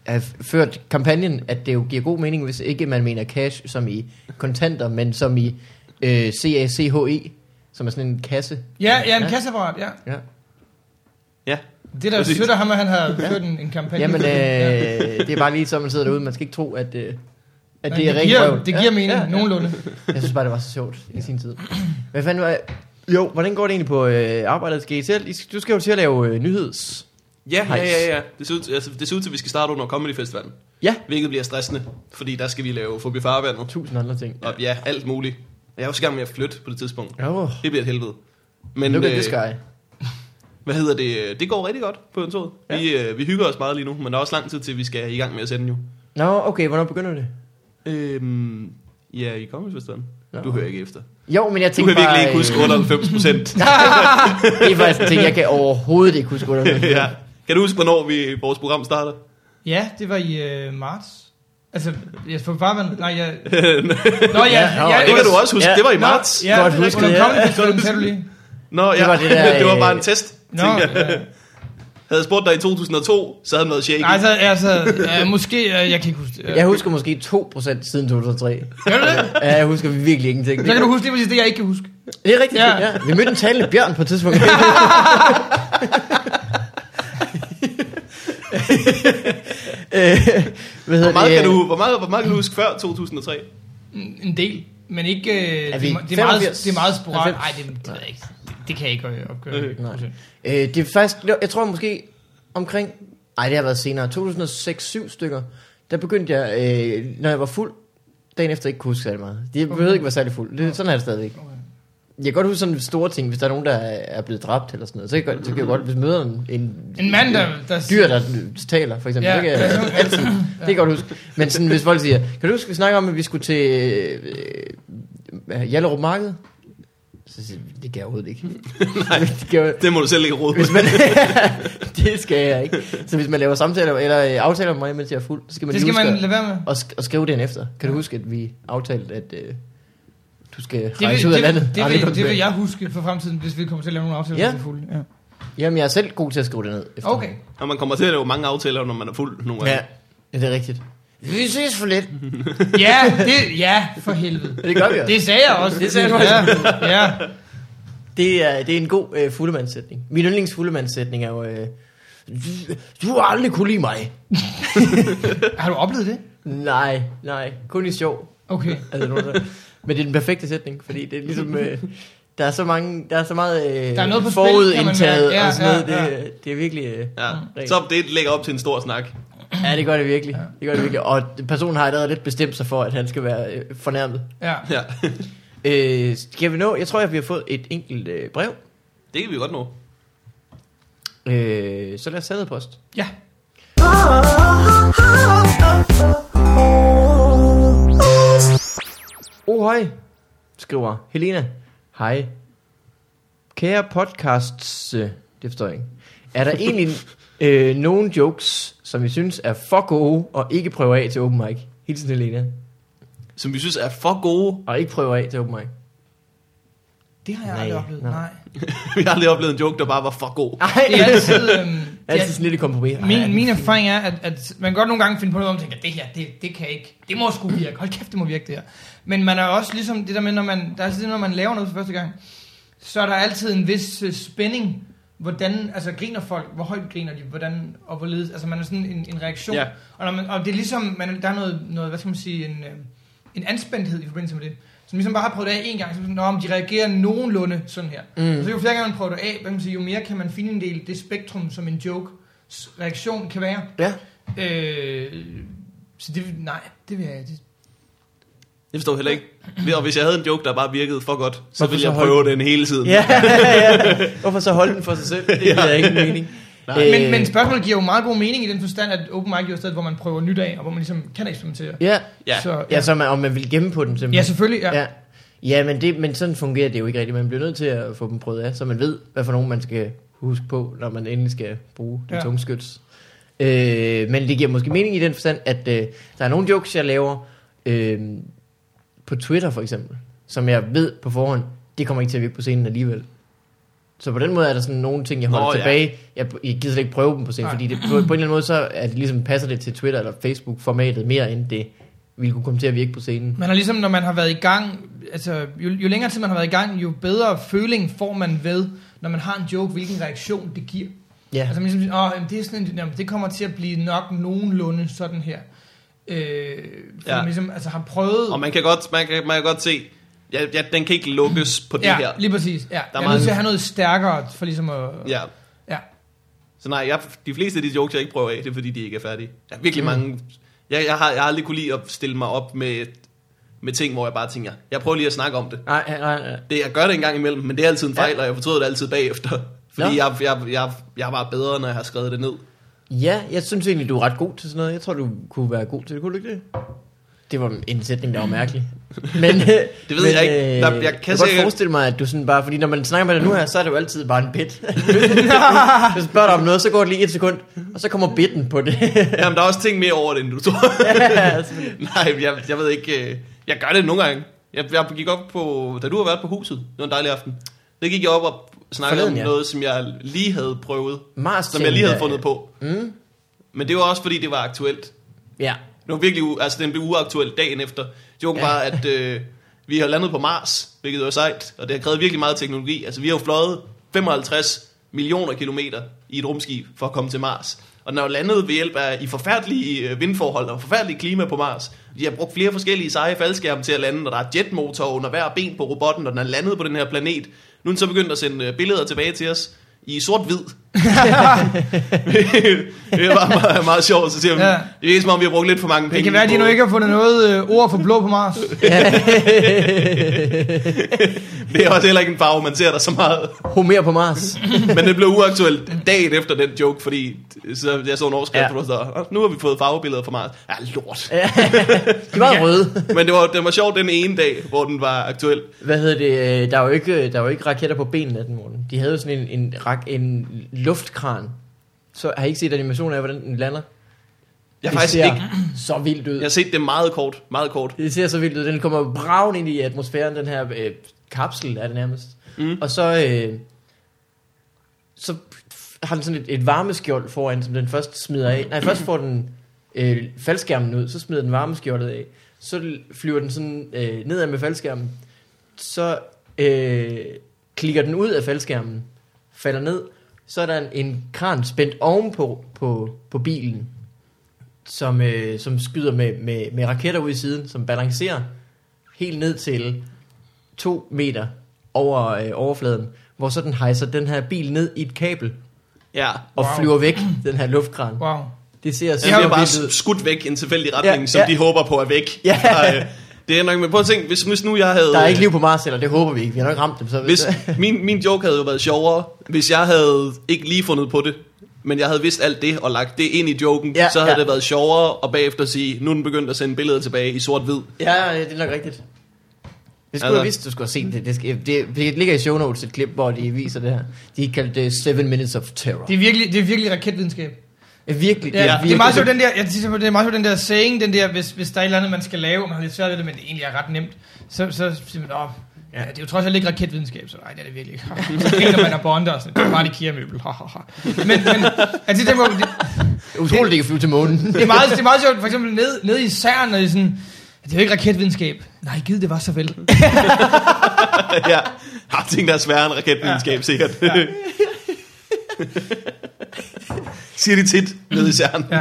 har f- ført kampagnen, at det jo giver god mening, hvis ikke man mener cash som i kontanter, men som i øh, CACHE, som er sådan en kasse. Ja, ja, en kasseapparat, ja. Ja. Ja. Det der Præcis. sødt af ham, at han havde ført en, en kampagne. Jamen, Ja. øh, det er bare lige sådan, man sidder derude. Man skal ikke tro, at, øh, at Men det er rent giver, røvl. det giver mening, Ja, ja. nogenlunde. Jeg synes bare, det var så sjovt i sin tid. Hvad fanden var Jo, hvordan går det egentlig på øh, arbejdet? Skal I selv? I skal- Du skal jo til at lave øh, nyheds... Ja, ja, Nice. ja, ja. Det ser, ud, til- altså, det ser ud til, at vi skal starte under Comedy Festivalen. Ja. Hvilket bliver stressende, fordi der skal vi lave Fobi Farvandet. Tusind andre ting. Og ja, alt muligt. Jeg er også i gang med at flytte på det tidspunkt. Åh, oh, Det bliver et helvede. Men, look at øh, this guy. Hvad hedder det? Det går rigtig godt på kontoret. Ja. Vi, øh, vi hygger os meget lige nu, men der er også lang tid til, vi skal i gang med at sende jo. Nå, okay, hvornår begynder det? Øhm, ja, i kommersfesteren. Nå. Du hører ikke efter. Jo, men jeg Du tænker kan virkelig ikke bare, huske 98 procent. øh, Det er faktisk en ting, jeg kan overhovedet ikke huske. Hvordan det ja. Kan du huske, hvornår vi, vores program starter? Ja, det var i øh, marts. Altså, jeg får bare... man- Nej, jeg... Nå, jeg... Ja, nå, jeg, Det kan du også huske. Ja. Det var i Nå, marts. Ja, Godt det er husket, rigtigt. ja. Comedy Festivalen, sagde du lige. Nå, ja. Det var det der, det var øh, bare en test, Nå, tænker jeg. ja. Havde jeg spurgt dig i 2002, så havde den været shaky. Nej, altså, altså ja, måske, øh, jeg kan ikke huske det. Jeg husker måske 2% siden 2003. Kan du det? Ja, jeg husker virkelig ingenting. Så kan du huske lige præcis det, jeg ikke kan huske. Det er rigtigt. Ja. Ja. Ja. Vi mødte en talende bjørn på et tidspunkt. Øh, Hvad hvor, hedder meget det? øh, kan du, hvor, meget, hvor meget kan du huske før 2003? Mm, En del, men ikke... Øh, Er det, vi det, er meget, 85? det er meget 90? sporadisk. Nej, det, det ved jeg ikke. Det, det kan jeg ikke øh, opgøre. Øh, nej. Procent. Øh, det er faktisk, jeg tror måske omkring, nej det har været senere, 2006-7 stykker, der begyndte jeg, øh, når jeg var fuld, dagen efter ikke kunne huske særlig meget. Det behøvede ikke være særlig fuld, det, sådan er det stadigvæk. Okay. Jeg kan godt huske sådan store ting, hvis der er nogen, der er blevet dræbt eller sådan noget, så kan jeg, godt- så kan jeg godt, hvis møder en, en, En mand, der... der dyr, der taler, for eksempel. Ja. Ja. Det kan jeg altid. Det kan jeg godt huske. Men sådan, hvis folk siger, kan du huske, vi snakker om, at vi skulle til øh, Jallerup Marked? Så siger jeg, det kan jeg overhovedet ikke. Nej. det kan jeg, Det må du selv ikke råde med. hvis man, det skal jeg ikke. Så hvis man laver samtaler eller øh, aftaler med mig, mens jeg er fuld, så skal man det lige skal huske man at, lade være med. og, sk- og skrive den efter. Kan du huske, at vi aftalte, at øh, du skal Det rejse vil, ud af det, landet? vil, det, Ej, vil, kom det vil tilbage. jeg huske for fremtiden, hvis vi kommer til at lave nogle aftaler, Ja. ja. vi er fulde. Ja. Jamen, jeg er selv god til at skrive det ned. Efter. Okay. Og man kommer til at lave mange aftaler, når man er fuld nogle gange. Ja, ja, det er rigtigt. Vi ses for lidt. Ja, det, ja, for helvede. Det gør vi også. Mhm. Det sagde jeg også. Det sagde du Ja, ja. Det er, det er en god øh, fuldemandssætning. Min yndlings fuldemandssætning er jo... Øh, "Du- du har aldrig kunne lide mig. Har du oplevet det? Nej, nej. Kun i sjov. Okay. Altså, nogen, der- men det er den perfekte sætning, fordi det er ligesom... Øh, der er så mange, der er så meget øh, Der er noget på spil, kan man forudindtaget mærke. Ja, og sådan noget. ja, Det, det er virkelig... Øh, Ja. Så det lægger op til en stor snak. ja, det gør det virkelig. Det gør det virkelig. Og personen har allerede lidt bestemt sig for, at han skal være øh, fornærmet. Ja. Ja. Øh, skal vi nå? Jeg tror, at vi har fået et enkelt øh, brev. Det kan vi godt nå. Øh, så lad os sætte post. Ja. Ah, ah, Oh, hej, skriver Helena. Hej. Kære podcasts... øh, Det forstår jeg ikke. Er der egentlig øh, nogen jokes, som I synes er for gode, og ikke prøver af til open mic? Hilsen Helena. Som vi synes er for gode. Og ikke prøver af til open mic. Det har jeg Nej, aldrig oplevet. nej. Nej. vi har aldrig oplevet en joke, der bare var for god. Ej, Det er altid... Øhm, det er altid sådan lidt et kompromis. Ej, Min, min erfaring er, at, at man kan godt nogle gange finde på noget, og man tænker, det her, det, det kan ikke, det må sgu virke, hold kæft, det må virke det her. Men man er også ligesom det der med, når man, der er altid, det, når man laver noget for første gang, så er der altid en vis øh, spænding, hvordan, altså griner folk, hvor højt griner de, hvordan og hvorledes, altså man er sådan en, en reaktion. Ja. Og, når man, og det er ligesom, man, der er noget, noget, hvad skal man sige, en, øh, en anspændthed i forbindelse med det. Som ligesom bare har prøvet det af en gang, så er man sådan, om de reagerer nogenlunde sådan her. Mm. Og så jo flere gange man prøver det af, hvad kan man sige, jo mere kan man finindele det spektrum, som en jokes reaktion kan være. Ja. Øh, så det, nej, det vil jeg det, Jeg forstår heller ikke. Og hvis jeg havde en joke, der bare virkede for godt, så Hvorfor ville så jeg holde- prøve den hele tiden. Ja, ja. Hvorfor så holde den for sig selv? Det giver ja. ikke mening. øh. Men, men spørgsmålet giver jo meget god mening i den forstand, at open mic er jo et sted, hvor man prøver nyt af, og hvor man ligesom kan eksperimentere. Ja, Ja. Så, ja. ja så man, om man vil gemme på den simpelthen. ja selvfølgelig. Ja. Ja. Ja, men, det, men sådan fungerer det jo ikke rigtigt. Man bliver nødt til at få dem prøvet af, så man ved, hvad for nogen man skal huske på, når man endelig skal bruge det Ja. ja. tungeskyts. Øh, men det giver måske mening i den forstand, at øh, der er nogle jokes, jeg laver øh, på Twitter for eksempel, som jeg ved på forhånd, det kommer ikke til at virke på scenen alligevel. Så på den måde er der sådan nogle ting, jeg holder Nå, Nå, ja. tilbage. Jeg, jeg gider slet ikke prøve dem på scenen, Nej. fordi det, på, på en eller anden måde, så er det ligesom, passer det til Twitter eller Facebook-formatet mere, end det ville kunne komme til at virke på scenen. Man har ligesom, når man har været i gang, altså jo, jo længere tid man har været i gang, jo bedre føling får man ved, når man har en joke, hvilken reaktion det giver. Ja. Altså man ligesom, siger, åh, jamen, det, er sådan, en- jamen, det kommer til at blive nok nogenlunde sådan her. Øh, for Ja. ja. man ligesom, altså har prøvet... Og man kan godt, man kan, man kan godt se, ja, ja, den kan ikke lukkes på det ja, her. lige præcis. Ja. Der er er jeg er mange- nødt til at have noget stærkere for ligesom at... Ja. ja. Så nej, jeg, de fleste af de jokes, jeg ikke prøver af, det er fordi, de ikke er færdige. Der er virkelig mm. mange... Jeg, jeg, har, jeg har aldrig kunne lide at stille mig op med, med ting, hvor jeg bare tænker, jeg prøver lige at snakke om det. Nej, nej, nej. det jeg gør det en gang imellem, men det er altid en fejl, ja. og jeg fortryder det altid bagefter. Fordi Nå. jeg, jeg, jeg, jeg var bedre, når jeg har skrevet det ned. øh, Ja, jeg synes egentlig, du er ret god til sådan noget. Jeg tror, du kunne være god til det. Kunne du ikke det? Det var en sætning, der var mærkelig. Men, det ved jeg ikke. Der- jeg kan jeg kan sikkert- godt forestille mig, at du sådan bare... Fordi når man snakker med dig nu her, så er det jo altid bare en bit. Hvis du spørger dig om noget, så går det lige et sekund, og så kommer bitten på det. Jamen, der er også ting mere over det, end du tror. ja, selvfølgelig. Nej, jeg, jeg ved ikke. øh, Jeg gør det nogle gange. Jeg, jeg gik op på, da du har været på huset, det var en dejlig aften. Der gik jeg op og snakkede Forleden, ja. Forleden, om noget, som jeg lige havde prøvet. Mars Som jeg lige havde tænker fundet på. Mm, Men det var også, fordi det var aktuelt. ja. Det var virkelig, u- altså den blev uaktuel dagen efter. Joken Ja. ja. var, at øh, vi har landet på Mars, hvilket var sejt, og det har krævet virkelig meget teknologi. Altså vi har jo fløjet 55 millioner kilometer i et rumskib for at komme til Mars. Og den er jo landet ved hjælp af i forfærdelige øh, vindforhold og forfærdelige klima på Mars. De har brugt flere forskellige seje faldskærme til at lande, og der er jetmotor under hver ben på robotten, og den er landet på den her planet. Nu er den så begyndt at sende øh, billeder tilbage til os i sort-hvid. det var meget, meget sjovt, så siger man, Ja. ja. det virker som om, vi har brugt lidt for mange penge. Det kan være, at de på- nu ikke har fundet noget øh, ord for blå på Mars. Det er også heller ikke en farve, man ser der så meget. Homer på Mars. Men det blev uaktuelt dagen efter den joke, fordi så jeg så en overskrift, Ja. ja. der nu har vi fået farvebilleder fra Mars. Ja, lort. De var røde. Men det var, den var sjov den ene dag, hvor den var aktuel. Hvad hedder det? øh, Der er jo ikke, der er jo ikke raketter på benene af den, Morten. De havde jo sådan en, en, rak, en luftkran. Så har I ikke set animationen af, hvordan den lander? Jeg det har faktisk ser ikke... så vildt ud. Jeg har set det meget kort, meget kort. Det ser så vildt ud. Den kommer braven ind i atmosfæren, den her øh, kapsel er det nærmest. Mm. Mm. Og så, øh, så har den sådan et, et varmeskjold foran, som den først smider af. Nej, først får den øh, faldskærmen ud, så smider den varmeskjoldet af, så l- flyver den sådan øh, nedad med faldskærmen, så øh, klikker den ud af faldskærmen, falder ned, så er der en, en kran spændt ovenpå på, på bilen, som, øh, som skyder med, med, med raketter ud i siden, som balancerer helt ned til to meter over øh, overfladen, hvor så den hejser den her bil ned i et kabel Ja. og Wow. wow. flyver væk, den her luftkran. Wow. Wow. Det ser Den bliver super vildt Altså, bare ud. skudt væk i en tilfældig retning, ja, Ja, som ja. de håber på er væk. Ja. Og, øh, det er nok, men prøv at tænke, hvis, hvis nu jeg havde... Der er ikke liv på Mars, eller det håber vi ikke. Vi har nok ramt dem. Så Hvis, Altså. min, min joke havde jo været sjovere, hvis jeg havde ikke lige fundet på det, men jeg havde vidst alt det og lagt det ind i joken, ja, Ja, så havde ja. ja. det været sjovere og bagefter sige, nu er den begyndt at sende billeder tilbage i sort-hvid. Ja, det er nok rigtigt. Det skulle Altså- altså. jeg vidste, du skulle have set det. Det, skal, det. det ligger i show notes et klip, hvor de viser det her. De kaldte det 7 Minutes of Terror. Det er virkelig, det er virkelig raketvidenskab. Det, virkelig, Ja, det, er, det virkelig. er meget sjovt, den der, jeg synes, det er meget sjovt, den der saying, den der, hvis, hvis der er et eller andet, man skal lave, og man har lidt svært ved det, men det egentlig er ret nemt, så, så siger man, åh, ja. det er jo trods alt ikke raketvidenskab, så nej, det er det virkelig ikke. så griner man og bonder, og sådan, det er bare det IKEA-møbel, ha, ha, ha. Men, men altså, det, det, Utroligt, det kan flyve til månen. det, er meget, det er meget sjovt, for eksempel ned, ned i CERN, når de sådan, det er jo ikke raketvidenskab. Nej, givet det var så vel. ja. Har ting, der er sværere end raketvidenskab, ja. sikkert. Ja. Siger de tit nede i CERN.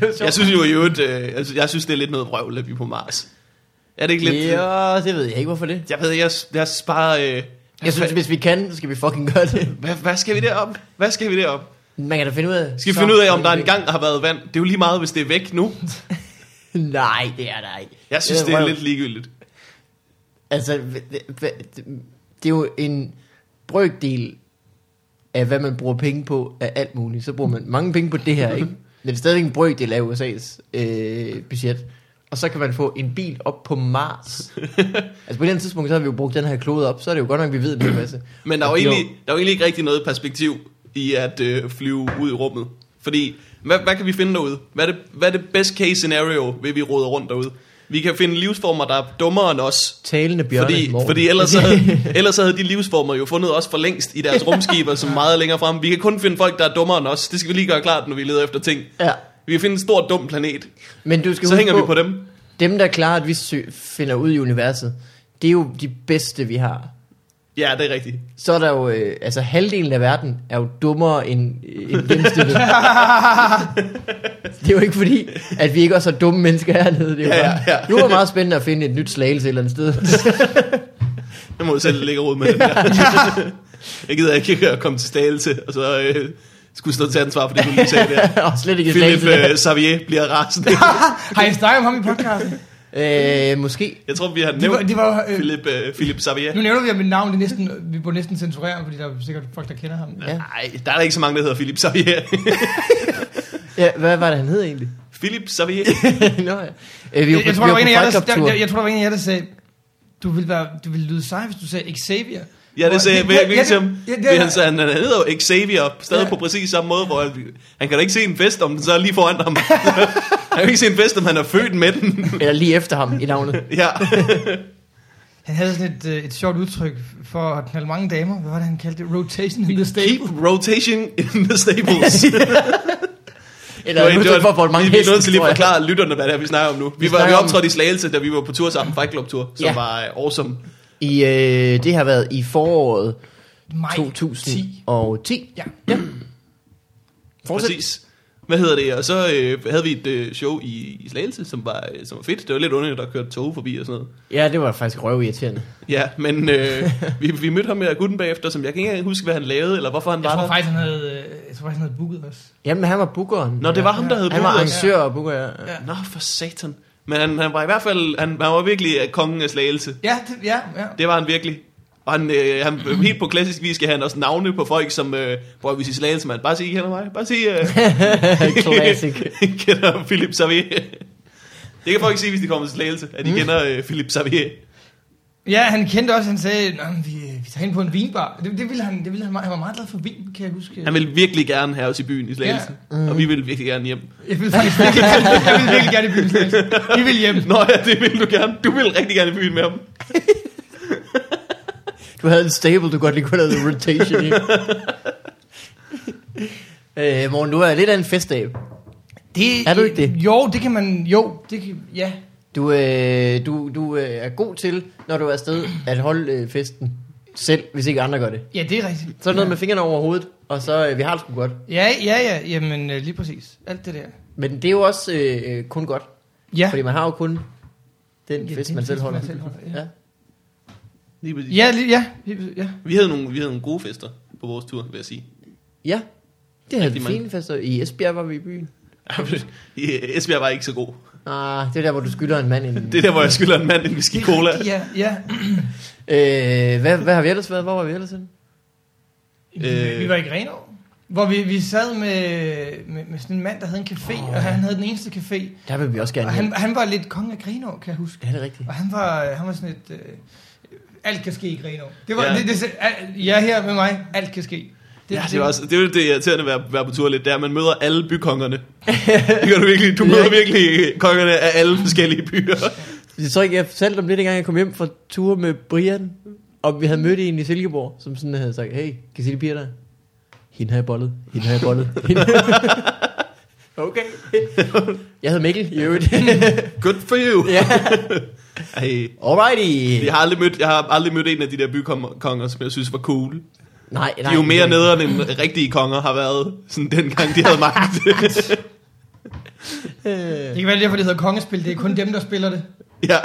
Ja. Det er sjovt. Jeg synes jo i øvrigt, øh, altså, jeg synes, det er lidt noget vrøvl, at vi er på Mars. Er det ikke lidt... Ja, det ved jeg ikke, hvorfor det. Jeg ved, jeg, jeg sparer... Øh, Jeg synes, hvis vi kan, så skal vi fucking gøre det. hvad, hvad skal vi derop? Hvad skal vi derop? Man kan da finde ud af... Skal vi Så- finde ud af, om der engang har været vand? Det er jo lige meget, hvis det er væk nu. Nej, det er der ikke. Jeg synes, Øh, det er røv. lidt ligegyldigt. Altså, hva- hva- det er jo en brøkdel af, hvad man bruger penge på af alt muligt. Så bruger man mange penge på det her, ikke? Men det er stadigvæk en brøkdel af USA's øh, budget. Og så kan man få en bil op på Mars. altså på det her tidspunkt, så har vi jo brugt den her klode op, så er det jo godt nok, vi ved en hel masse. Men der er jo Og det er egentlig, der er jo egentlig ikke rigtig noget perspektiv i at øh, flyve ud i rummet. Fordi, hvad, hvad kan vi finde derude? Hvad er, det, hvad er det best case scenario, vil vi råder rundt derude? Vi kan finde livsformer, der er dummere end os. Talende bjørne. Fordi, Morten. fordi ellers, så havde, ellers så havde de livsformer jo fundet os for længst i deres rumskiber, som meget længere frem. Vi kan kun finde folk, der er dummere end os. Det skal vi lige gøre klart, når vi leder efter ting. Ja. Vi kan finde en stor, dum planet. Men du skal Så huske hænger vi på dem. Dem, der klarer, at vi sø- finder ud i universet, det er jo de bedste, vi har. Ja, det er rigtigt. så er der jo, øh, altså halvdelen af verden er jo dummere end, øh, end gennemsnittet. det er jo ikke fordi, at vi ikke også er dumme mennesker hernede. Det er jo Ja, ja, bare, ja. Nu er det meget spændende at finde et nyt slagelse et eller andet sted. Jeg må jo selv ligge og rode med det der. Jeg gider ikke at komme til stagelse, og så øh, skulle stå til ansvar for det, du lige sagde der. og slet ikke et Philip slagelse. øh, Xavier bliver rasende. Har I snakket om ham i podcasten? Øh, måske. Jeg tror, vi har Det var, nævnt det var, øh, Philip, øh, Philip Xavier. nu nævner vi ham mit navn, det er næsten, vi burde næsten censurere ham, fordi der er sikkert folk, der kender ham. Ja. Nej, der er da ikke så mange, der hedder Philip Xavier. Ja, hvad var det, han hed egentlig? Philip Xavier. Nå, ja. øh, vi er jo Jeg, på, jeg, tror, der var vi en af er jer, jo der, på der, jeg, fight jeg tror, der var en af jer, der sagde, du ville, være, du ville lyde sej, hvis du sagde Xavier. Ja, det sagde jeg. Ja, ja, Hvilken som... ja, det- det- Han sagde, han han hedder jo Xavier, stadig Ja. på præcis samme måde, hvor han, han kan da ikke se en fest, om den så er lige foran ham. han kan ikke se en fest, om han er født med den. Eller lige efter ham i navnet. ja. Han havde sådan et, øh, et sjovt udtryk for at knalde mange damer. Hvad var det, han kaldte det? Rotation in the Keep stable. rotation in the stables. Eller det var, for at få mange vi, vi er nødt til lige tror at jeg. forklare lytterne, hvad det er, vi snakker om nu. Vi, Vi vi, var, vi snakker om- optrådte i Slagelse, da vi var på tur sammen, Fight Club Tour, som ja. Ja. var øh, awesome. I, øh, det har været i foråret Maj 2010. 10. Ja. Fortsæt. Præcis. Hvad hedder det? Og så øh, havde vi et øh, show i, i Slagelse, som var, øh, som var fedt. Det var lidt underligt, at der kørte tog forbi og sådan noget. Ja, det var faktisk røvirriterende. Ja, men øh, vi, vi mødte ham med gutten bagefter, som jeg kan ikke engang huske, hvad han lavede, eller hvorfor han Jeg var tror der. faktisk, han havde, øh, jeg tror faktisk, han havde booket os. Jamen, han var bookeren. Nå, det var ham, der havde Han var booket os. arrangør og booker, ja. Ja. Nå, for satan. Men han, han var i hvert fald, han, han var virkelig øh, kongen af Slagelse. Ja, det, ja, ja. Det var han virkelig. Og han, øh, han, øh, helt på klassisk vis skal han også navne på folk, som... Øh, prøv at vi siger slagelse, mand. Bare sig, I kender mig. Bare sig... Øh, Classic. I kender Philip Xavier. Det kan folk sige, hvis de kommer til slagelse, at de mm. kender øh, Philip Xavier. Ja, han kendte også, han sagde, Nå, men vi, øh, vi tager hen på en vinbar. Det, det ville han, det ville han, meget- han var meget glad for vin, kan jeg huske. Han ville virkelig gerne have os i byen i slagelse. Mm. Og vi ville virkelig gerne hjem. Jeg ville faktisk virkelig, jeg ville virkelig gerne i byen. Stensen. Vi ville hjem. Nå ja, det ville du gerne. Du ville rigtig gerne i byen med ham. Du havde en stable, du godt lige kunne have lavet rotation i. øh, morgen, du er lidt af en festdag. Det, Er du ikke det? Jo, det kan man, jo, det kan, ja. Du, øh, du, du øh, er god til, når du er afsted, at holde øh, festen selv, hvis ikke andre gør det. Ja, det er rigtigt. Så er det noget med fingrene over hovedet, og så, øh, vi har det sgu godt. Ja, ja, ja, jamen øh, lige præcis. Alt det der. Men det er jo også øh, øh, kun godt, ja. Ja, fordi man har jo kun den Ja, ja, fest, den man selv fest, holder. man selv holder, ja. ja. Lige præcis. ja, lige, ja, lige præcis, ja. Vi havde, nogle, vi havde nogle gode fester på vores tur, vil jeg sige. ja. Det havde vi Rigtig mange. fine fester. I Esbjerg var vi i byen. øh, Esbjerg var ikke så god. Ah, det er der, hvor du skylder en mand en... Det er der, hvor jeg skylder en mand en whisky cola. Ja, ja. Øh, hvad, hvad har vi ellers været? Hvor var vi ellers henne? Øh. Øh. Vi var i Grenaa, hvor vi, vi sad med, med, med sådan en mand, der havde en café, oh. og han havde den eneste café. Der vil vi også gerne Og hjem. han, han var lidt konge af Grenaa, kan jeg huske. Ja, det er rigtigt. Og han var, han var sådan et... Øh, alt kan ske i Grenaa. Det var, Ja. ja. det, det, al, jeg er her med mig, alt kan ske. Det, ja, det, var også, det er jo det irriterende at være, være på tur lidt, det er, at man møder alle bykongerne. Det gør du virkelig. Du møder virkelig kongerne af alle forskellige byer. Jeg tror ikke, jeg fortalte om det, dengang jeg kom hjem fra tur med Brian, og vi havde mødt en i Silkeborg, som sådan havde sagt, hey, kan I se de piger der? Hende har jeg bollet, hende har jeg bollet. Hende. okay. jeg hedder Mikkel, i øvrigt. Good for you. ja. Ej. Alrighty. Jeg har, aldrig mødt, jeg har aldrig mødt en af de der bykonger, som jeg synes var cool. De Nej, nej. er jo mere nederen end rigtige konger har været, sådan dengang de havde magt. Det Øh, kan være derfor, det hedder kongespil. Det er kun dem, der spiller det. ja,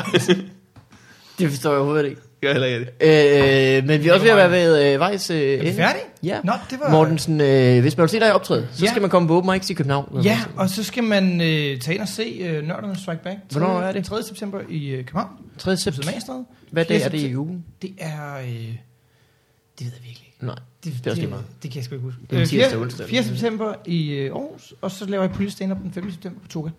det forstår jeg overhovedet ikke. jeg heller ikke det. Øh, men vi er også ved at være ved øh, vejs øh, Er vi ende. færdige? Ja. Nå, det var... Mortensen, øh, hvis man vil se dig optræde, så Ja. skal man komme på Open Mics i København. Ja, og så skal man øh, tage ind og se øh, Nørderne Strike Back. Hvornår er det? 3. september i øh, København. 3. Til september. Sødmagstad. Hvad dag er det Fjerde i ugen? Det er... Øh, det ved jeg virkelig ikke. Nej. Det, Det er også lige meget. Det, det kan jeg sgu ikke huske. Det er en Øh, tirsdag, fjerde- onsdag. 4. september i øh, Aarhus, og så laver jeg politisk stand-up den 5. september på Toga.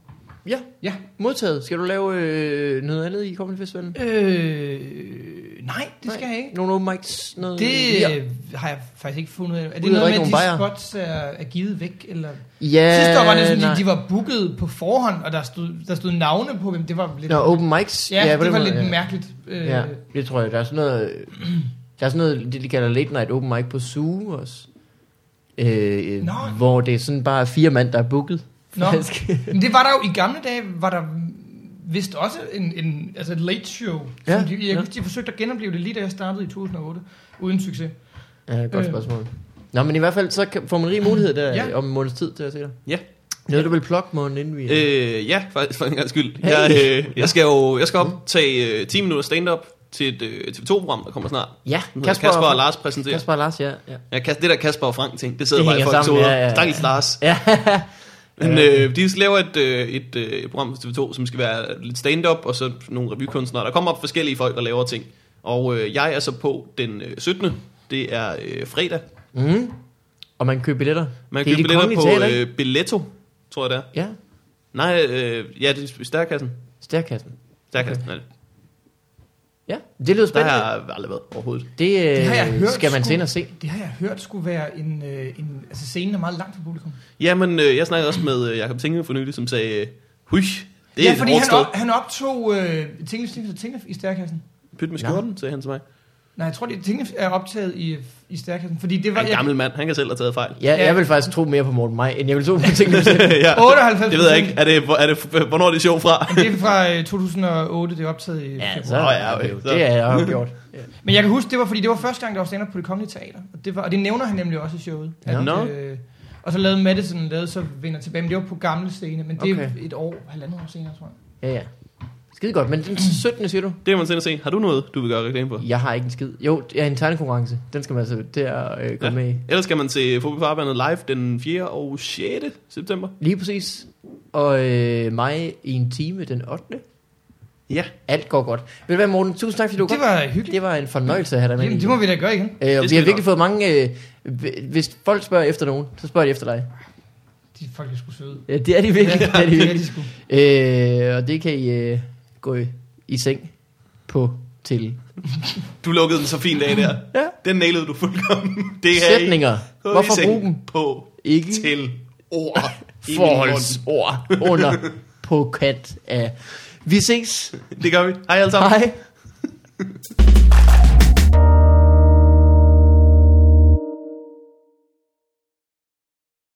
Ja, Ja. modtaget. Skal du lave øh, noget andet i Comedy Festivalen? Øh, nej, det skal Nej. jeg ikke. Nogle open mics? Noget Det ja. øh, har jeg faktisk ikke fundet ud af. Er det Ud at noget med, drikke at de nogle bajere. spots er, er givet væk? Eller? ja Sidste år var det sådan, nej. at de var booket på forhånd, og der stod, der stod navne på, hvem det var lidt... Nå, open mics? ja, på det den var måde, lidt ja. mærkeligt. Øh, Ja, det tror jeg. Der er sådan noget, øh, der er sådan noget det de kalder late night open mic på Zoo også. Øh, Nå. hvor det er sådan bare fire mand, der er booket. Nå. Faktisk. Men det var der jo i gamle dage, var der vist også en, en, altså et late show. Ja, Ja, som de, jeg, ja. ja. de forsøgte at genopleve det lige da jeg startede i 2008, uden succes. ja, godt Øh. spørgsmål. Nå, men i hvert fald, så kan, får man rig mulighed der Ja. ja. om en måneds tid til at se dig. Ja. Noget, du vil plukke, morgen inden vi... Øh, ja, faktisk for en gang skyld. Jeg, øh, jeg skal jo jeg skal optage øh, 10 minutter stand-up til et øh, TV2-program, der kommer snart. ja, Den hedder Kasper, Kasper og Lars præsenterer. Kasper og Lars, ja. ja. Ja, Kas- det der Kasper og Frank ting, det sidder Det bare i hænger folks sammen, hoveder. ja, ja, ja. Stakkels Lars. Ja. Men øh, de laver et, øh, et øh, program på TV2, som skal være lidt stand-up, og så nogle revykunstnere. Der kommer op forskellige folk, der laver ting. Og øh, jeg er så på den øh, 17. Det er øh, fredag. Mm. Og man kan købe billetter. Man Det er kan i købe Det Kongelige billetter på Teater, ikke? øh, Billetto, tror jeg det er. Ja, Nej, øh, ja, det er Stærkassen. stærkassen. Stærkassen okay. er det. Ja, det lyder Der spændende. har jeg aldrig været overhovedet. Det, øh, Det har jeg hørt, skal man skulle- senere se. Det har jeg hørt skulle være en, øh, en altså scenen er meget langt fra publikum. Jamen, øh, jeg snakkede også med øh, Jacob Tinge for nylig, som sagde, øh, hui, det er ja, et fordi hårdt han, sted. op, han optog øh, Tinglev Stiftelsen Tinglev i stærkassen. Pyt med Ja. skjorten, sagde han til mig. Nej, jeg tror, det Tinglev er optaget i, i stærkassen, fordi det var Han er en gammel mand, han kan selv have taget fejl. Ja, Ja. ja, jeg vil faktisk tro mere på Morten Maj, end jeg vil tro på ting, du siger. ja. jeg, 98 Det ved jeg ikke. Er det, hvor- er det, hvornår er det sjov fra? Det er fra øh, 2008, det er optaget i Ja, februar. så Nå, ja, er det jo. okay, Det er jeg jo gjort. Men jeg kan huske, det var fordi, det var første gang, der var stand på det kongelige teater. Og det, var, og det nævner han nemlig også i showet. Ja. Nå. øh, og så lavede Madison lavede så vinder tilbage, men det var på gamle scene. Men det er Okay. et år, halvandet år senere, tror jeg. Ja, ja. Skide godt, men den 17. siger du? Det kan man selv se. Har du noget, du vil gøre reklame på? Jeg har ikke en skid. Jo, det er en tegnekonkurrence. Den skal man altså til at øh, komme ja. med i. Ellers kan man se Fobi Farvandet live den 4. og 6. september. Lige præcis. Og øh, mig i en time den 8. Ja. Alt går godt. Ved du hvad, Morten? Tusind tak, fordi du Det kom. var hyggeligt. Det var en fornøjelse at have dig med. Jamen, det må vi da gøre igen. Øh, og Det vi skal har vi virkelig nok. fået mange... Øh, hv- hvis folk spørger efter nogen, så spørger de efter dig. De folk er sgu søde. Ja, det er de virkelig. det er de det er virkelig. de sgu. Øh, og det kan I øh, gå i, i seng på til Du lukkede den så fint af der. Ja. Den nailede du fuldkommen. Det er I sætninger. gået i Hvorfor seng bruge dem? på Ikke til ord. i min forholdsord under på kant af... Vi ses. mund. Det gør vi. Hej alle sammen. Hej.